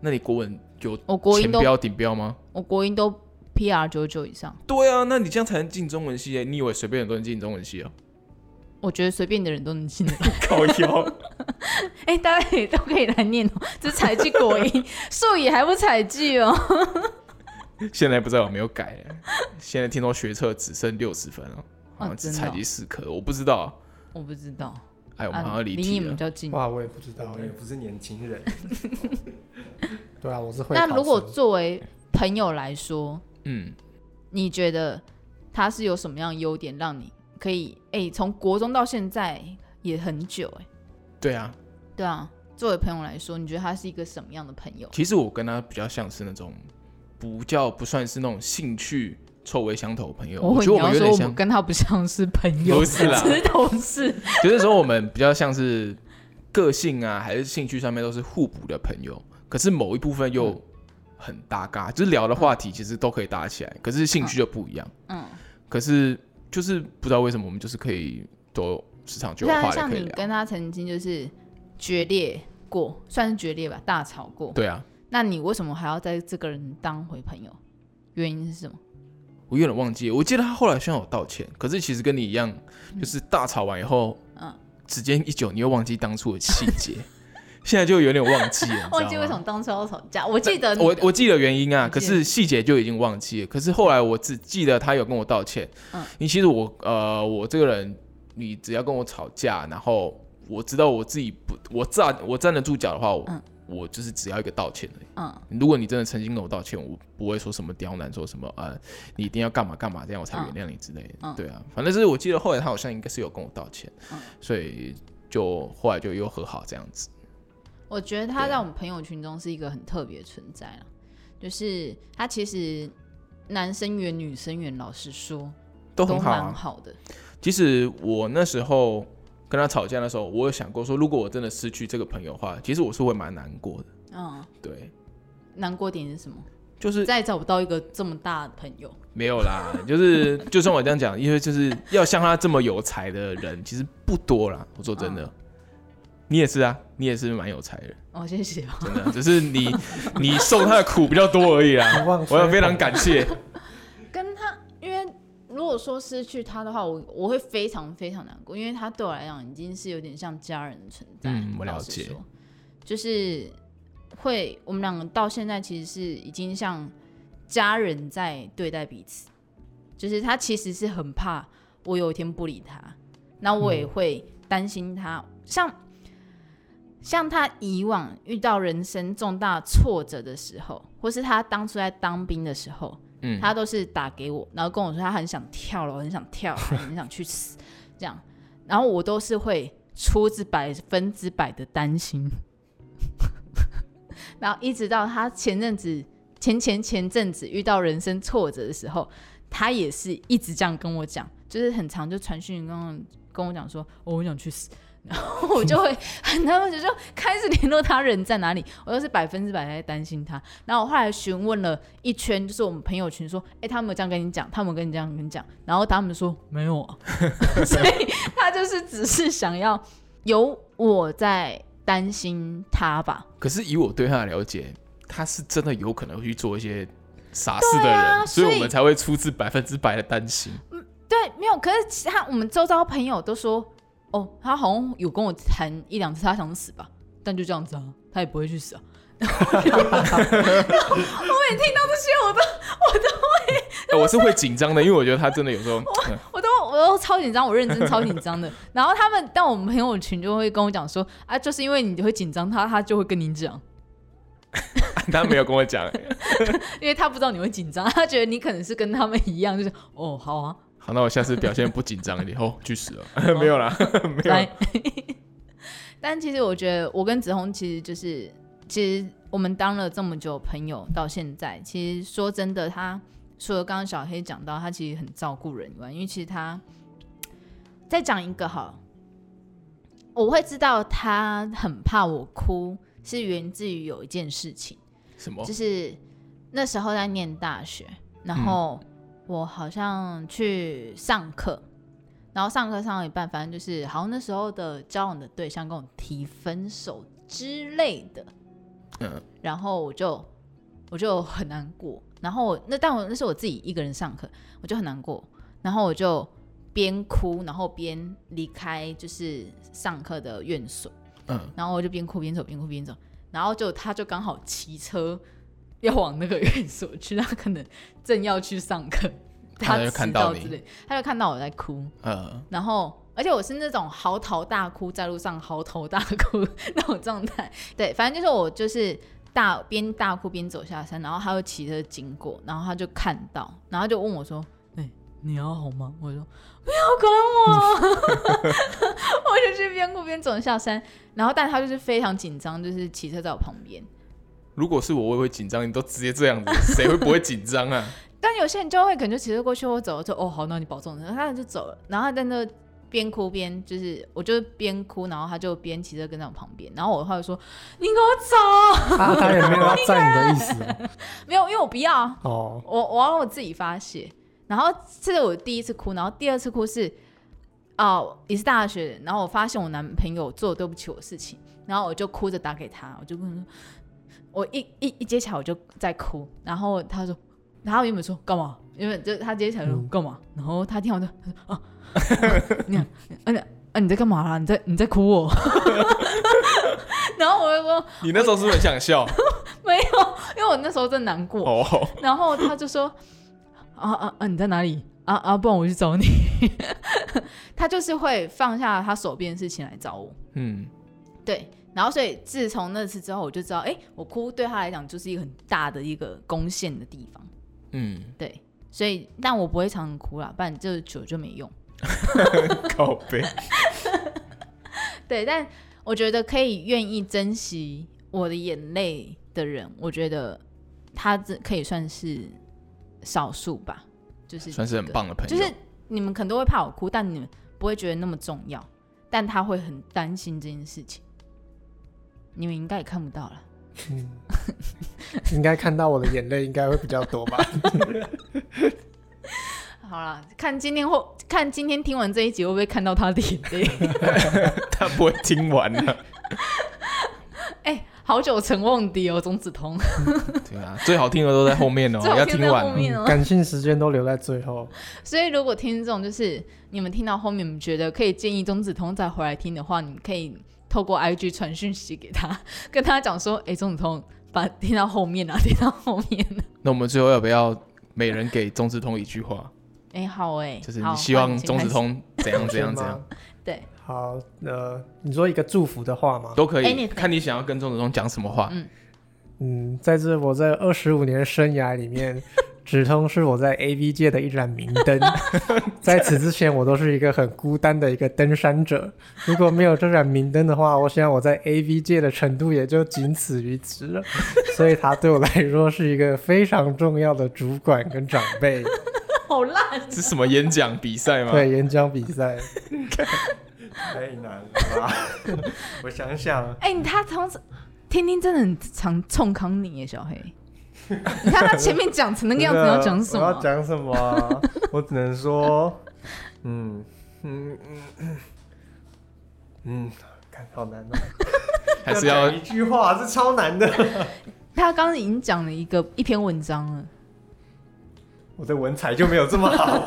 那你国文有我国音前都标顶标吗？我国音都 P R 九九以上，对啊，那你这样才能进中文系耶、你以为随便很多人进中文系啊？我觉得随便的人都能 进来。靠腰， 哎、大家也都可以来念哦，只采集国音， 数语还不采集哦。 现在不知道有没有改耶、现在听说学测只剩六十分了，好哦像只真的采哦集四科，我不知道。我不知道，哎，我们好啊，像离离题你们了比。较近。哇，我也不知道我哎、们哦也不是年轻 人，对啊，我是会考那生。如果作为朋友来说，嗯，你觉得他是有什么样的优点，让你可以哎从、国中到现在也很久哎、对啊，对啊，作为朋友来说，你觉得他是一个什么样的朋友？其实我跟他比较像是那种不叫不算是那种兴趣臭味相投的朋友，我我觉得哦你我们要有说点我像 们，跟他不像是朋友，不是 啦只是同事。就是说我们比较像是个性啊，还是兴趣上面都是互补的朋友，可是某一部分又很搭嘎，就是聊的话题其实都可以搭起来，可是兴趣就不一样。嗯，可是就是不知道为什么我们就是可以都时常就有像话也像可以你聊。跟他曾经就是决裂过，算是决裂吧，大吵过。对啊，那你为什么还要在这个人当回朋友？原因是什么？我有点忘记，我记得他后来虽然有道歉，可是其实跟你一样，就是大吵完以后，嗯时间一久，你又忘记当初的细节， 现在就有点忘记了，忘记为什么。么当初要吵架，我记得你我我记得原因啊，你记得可是细节就已经忘记了。可是后来我只记得他有跟我道歉。嗯因为其实我呃，我这个人，你只要跟我吵架，然后我知道我自己不，我站我站得住脚的话，我、嗯我就是只要一个道歉而已。嗯如果你真的诚心跟我道歉，我不会说什么刁难，说什么呃，你一定要干嘛干嘛，这样我才原谅你之类的。嗯嗯对啊，反正就是我记得后来他好像应该是有跟我道歉，嗯所以就后来就又和好这样子。我觉得他对啊在我们朋友群中是一个很特别的存在了，就是他其实男生缘、女生缘，老实说都很好蛮啊。好的。其实我那时候跟他吵架的时候，我有想过说，如果我真的失去这个朋友的话，其实我是会蛮难过的。嗯，对，难过点是什么？就是再也找不到一个这么大的朋友。没有啦， 就是就像我这样讲，因为就是要像他这么有才的人其实不多啦。我说真嗯的，你也是啊，你也是蛮有才的，哦，谢谢哦。真的，只是你 你受他的苦比较多而已 啦。忘我要吹非常捧感谢，跟他，因为如果说失去他的话，我我会非常非常难过，因为他对我来讲已经是有点像家人的存在。嗯我老了实解说，就是会我们两个到现在其实是已经像家人在对待彼此，就是他其实是很怕我有一天不理他，那我也会担心他，像。像他以往遇到人生重大挫折的时候，或是他当初在当兵的时候，嗯，他都是打给我，然后跟我说他很想跳楼，很想跳 海，很想去死，这样，然后我都是会出自百分之百的担心， 然后一直到他前阵子前前前阵子遇到人生挫折的时候，他也是一直这样跟我讲，就是很长就传讯跟我跟我讲说，哦，我想去死。然后我就会 很纳闷，就说开始联络他人在哪里，我又是百分之百在担心他。然后我后来询问了一圈，就是我们朋友群说，哎、他们有这样跟你讲，他们有跟你这样跟你讲，然后他们说没有 啊，所以他就是只是想要有我在担心他吧。可是以我对他的了解，他是真的有可能会去做一些傻事的人，啊所所以我们才会出自百分之百的担心。对，没有。可是其他我们周遭朋友都说，哦，他好像有跟我谈一两次，他想死吧，但就这样子啊，他也不会去死啊。 然后我每听到这些，我都哎我是会紧张的，因为我觉得他真的有时候，嗯我都我都超紧张，我认真超紧张的。然后他们，但我们朋友群就会跟我讲说，啊，就是因为你会紧张，他他就会跟你讲，他没有跟我讲、哎因为他不知道你会紧张，他觉得你可能是跟他们一样，就是哦，好啊，好，那我下次表现不紧张一点，哦，去死了，没有啦，没有啦来。 但其实我觉得，我跟子红其实就是，其实我们当了这么久朋友到现在，其实说真的，他除了刚刚小黑讲到，他其实很照顾人以外，因为其实他再讲一个好了，我会知道他很怕我哭，是源自于有一件事情。什么就？是那时候在念大学，然后我好像去上课，然后上课上到一半，反正就是好像那时候的交往的对象跟我提分手之类的，嗯，然后我就我就很难过，然后我那但我那是我自己一个人上课，我就很难过，然后我就边哭，然后边离开就是上课的院所。嗯，然后我就边哭边走，边哭边走，然后就他就刚好骑车要往那个院所去，他可能正要去上课，他就迟看到到你之类，他就看到我在哭，呃，然后而且我是那种嚎啕大哭，在路上嚎啕大哭那种状态，对，反正就是我就是。大边大哭边走下山，然后他又骑车经过，然后他就看到，然后他就问我说：“哎、你要好吗？”我说：“不要管我。”我就是边哭边走下山，然后但他就是非常紧张，就是骑车在我旁边。如果是我，我也会紧张。你都直接这样子，谁会不会紧张啊？但有些人就会可能就骑车过去，我走了就哦好，那你保重，然后他就走了。然后他在那边哭边就是，我就边哭，然后他就边骑车跟在我旁边。然后我的话就说：“你给我走他啊他也没有要占你的意思 哦！”没有，因为我不要啊，哦，我我要我自己发泄。然后这是我第一次哭，然后第二次哭是，哦，也是大学，然后我发现我男朋友做对不起我的事情，然后我就哭着打给他，我就跟他说，我一一一接起来我就在哭，然后他说，然后原本说干嘛？因为就他接起来说嗯干嘛？然后他听完就他说啊，你啊你啊啊你在干嘛啦？你在你在哭哦？ 然后我就说你那时候是不是很想笑？没有，因为我那时候真难过，哦，然后他就说：“啊啊啊，你在哪里？啊啊，不然我去找你。” 他就是会放下他手边的事情来找我。嗯，对，然后所以自从那次之后，我就知道，哎，我哭对他来讲就是一个很大的一个攻陷的地方。嗯，对，所以但我不会常常哭啦，不然这久就没用。靠 背，对，但我觉得可以愿意珍惜我的眼泪的人，我觉得他这可以算是少数吧，就是算是很这个棒的朋友。就是你们可能都会怕我哭，但你们不会觉得那么重要，但他会很担心这件事情。你们应该也看不到了，嗯，应该看到我的眼泪应该会比较多 吧？好啦，看今天或看今天听完这一集会不会看到他的眼泪？他不会听完啊的、 哎、 好久成瓮底哦，钟子通，对啊，最好听的都在后面哦，最好要听听在完后哦。面哦。感性时间都留在最后，所以如果听众就是你们听到后面，你们觉得可以建议钟子通再回来听的话，你们可以透过 IG 传讯息给他，跟他讲说，哎、钟子通。把听到后面啊，听到后面、啊。那我们最后要不要每人给钟志通一句话？哎、好哎、就是好你希望钟欢迎请开子，始通怎样怎样怎 样吗？对，好，呃，你说一个祝福的话吗？都可以， Anything 看你想要跟钟子通讲什么话。嗯，在这我这二十五年生涯里 面，止痛是我在 A V 界的一盏明灯。在此之前，我都是一个很孤单的一个登山者。如果没有这盏明灯的话，我想我在 A V 界的程度也就仅此于 此了。所以他对我来说是一个非常重要的主管跟长 辈。好烂，哦这是什么演讲比赛吗？对，演讲比赛，太难了 吧？我想想，哎、你他从此天天真的很常冲康你耶，小黑。 你看他前面讲成那个样 子，你要讲什啊我要么？讲什么啊？我只能说，嗯嗯嗯嗯，看好难哦，还是要讲一句话，这超难的。他刚刚已经讲了一个一篇文章了，我的文采就没有 这么好。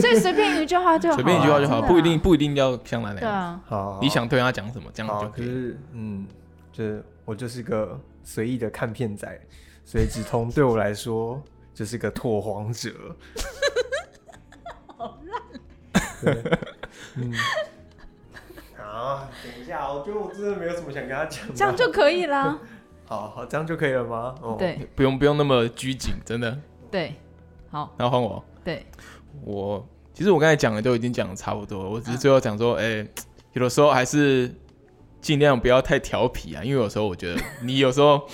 所以随便一句话就好啊， 随便一句话就好，真的啊不一定不一定要像哪对样。啊，好你想对他讲什么，这样好，就可以。是嗯，就是我就是个随意的看片仔，所以直通对我来说就是个拓荒者。 好烂。 嗯。啊，等一下，我觉得我真的没有什么想跟他讲的。这样就可以啦。好好，这样就可以了吗？哦，，对不用不用那么拘谨，真的。对，好然后换我，对，我其实我刚才讲的都已经讲的差不多嗯了，我只是最后讲说，哎、有的时候还是尽量不要太调皮啊，因为有时候我 觉得你有时候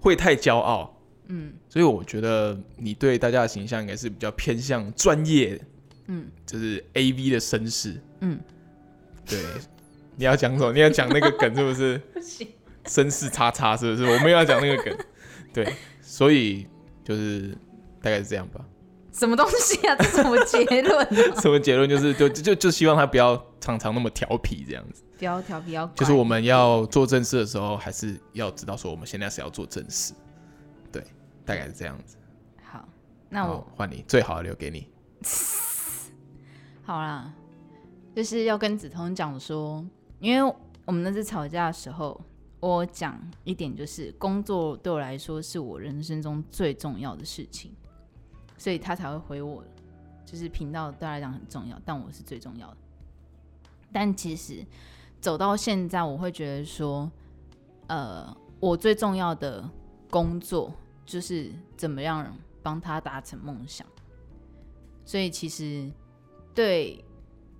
会太骄傲，嗯所以我觉得你对大家的形象应该是比较偏向专业，嗯就是 A V 的绅士。嗯，对，你要讲什么？你要讲那个梗是不是？ 不行，绅士叉叉是不是？我们要讲那个梗，对，所以就是大概是这样吧。什么东西啊？这什么结论 啊？ 什么结论？就是就就就就希望他不要常常那么调皮这样子。不要调，不要怪，就是我们要做正事的时候，还是要知道说我们现在是要做正事。对，大概是这样子。好，那我好换你，最好的留给你。好啦，就是要跟梓潼讲说，因为我们那次吵架的时候，我讲一点就是，工作对我来说是我人生中最重要的事情，所以他才会回我，就是频道对他来讲很重要，但我是最重要的。但其实走到现在，我会觉得说，呃，我最重要的工作就是怎么样帮他达成梦想，所以其实。对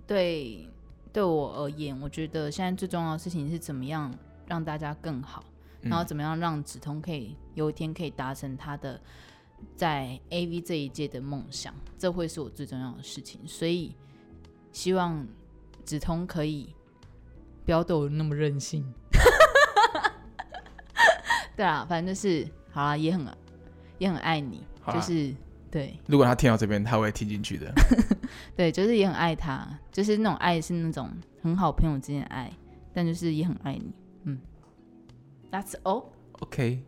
对对我而言，我觉得现在最重要的事情是怎么样让大家更好，嗯然后怎么样让止痛可以有一天可以达成他的在 A V 这一届的梦想，这会是我最重要的事情。所以希望止痛可以不要对我那么任性。 对啊，反正就是好啦，也很也很爱你，好就啦是对。如果他听到这边，他会听进去的。对，就是也很爱他，就是那种爱是那种很好朋友之间的爱，但就是也很爱你，嗯。That's all， OK，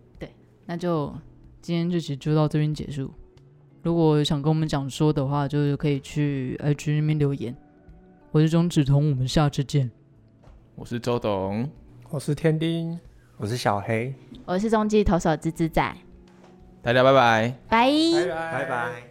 那就今天这期就到这边结束。如果有想跟我们讲说的话，就是可以去 IG 那边留言。我是钟梓潼，我们下次见。我是周董，我是天丁。我是小黑，我是中继投手芝芝仔，大家拜拜。拜。拜拜。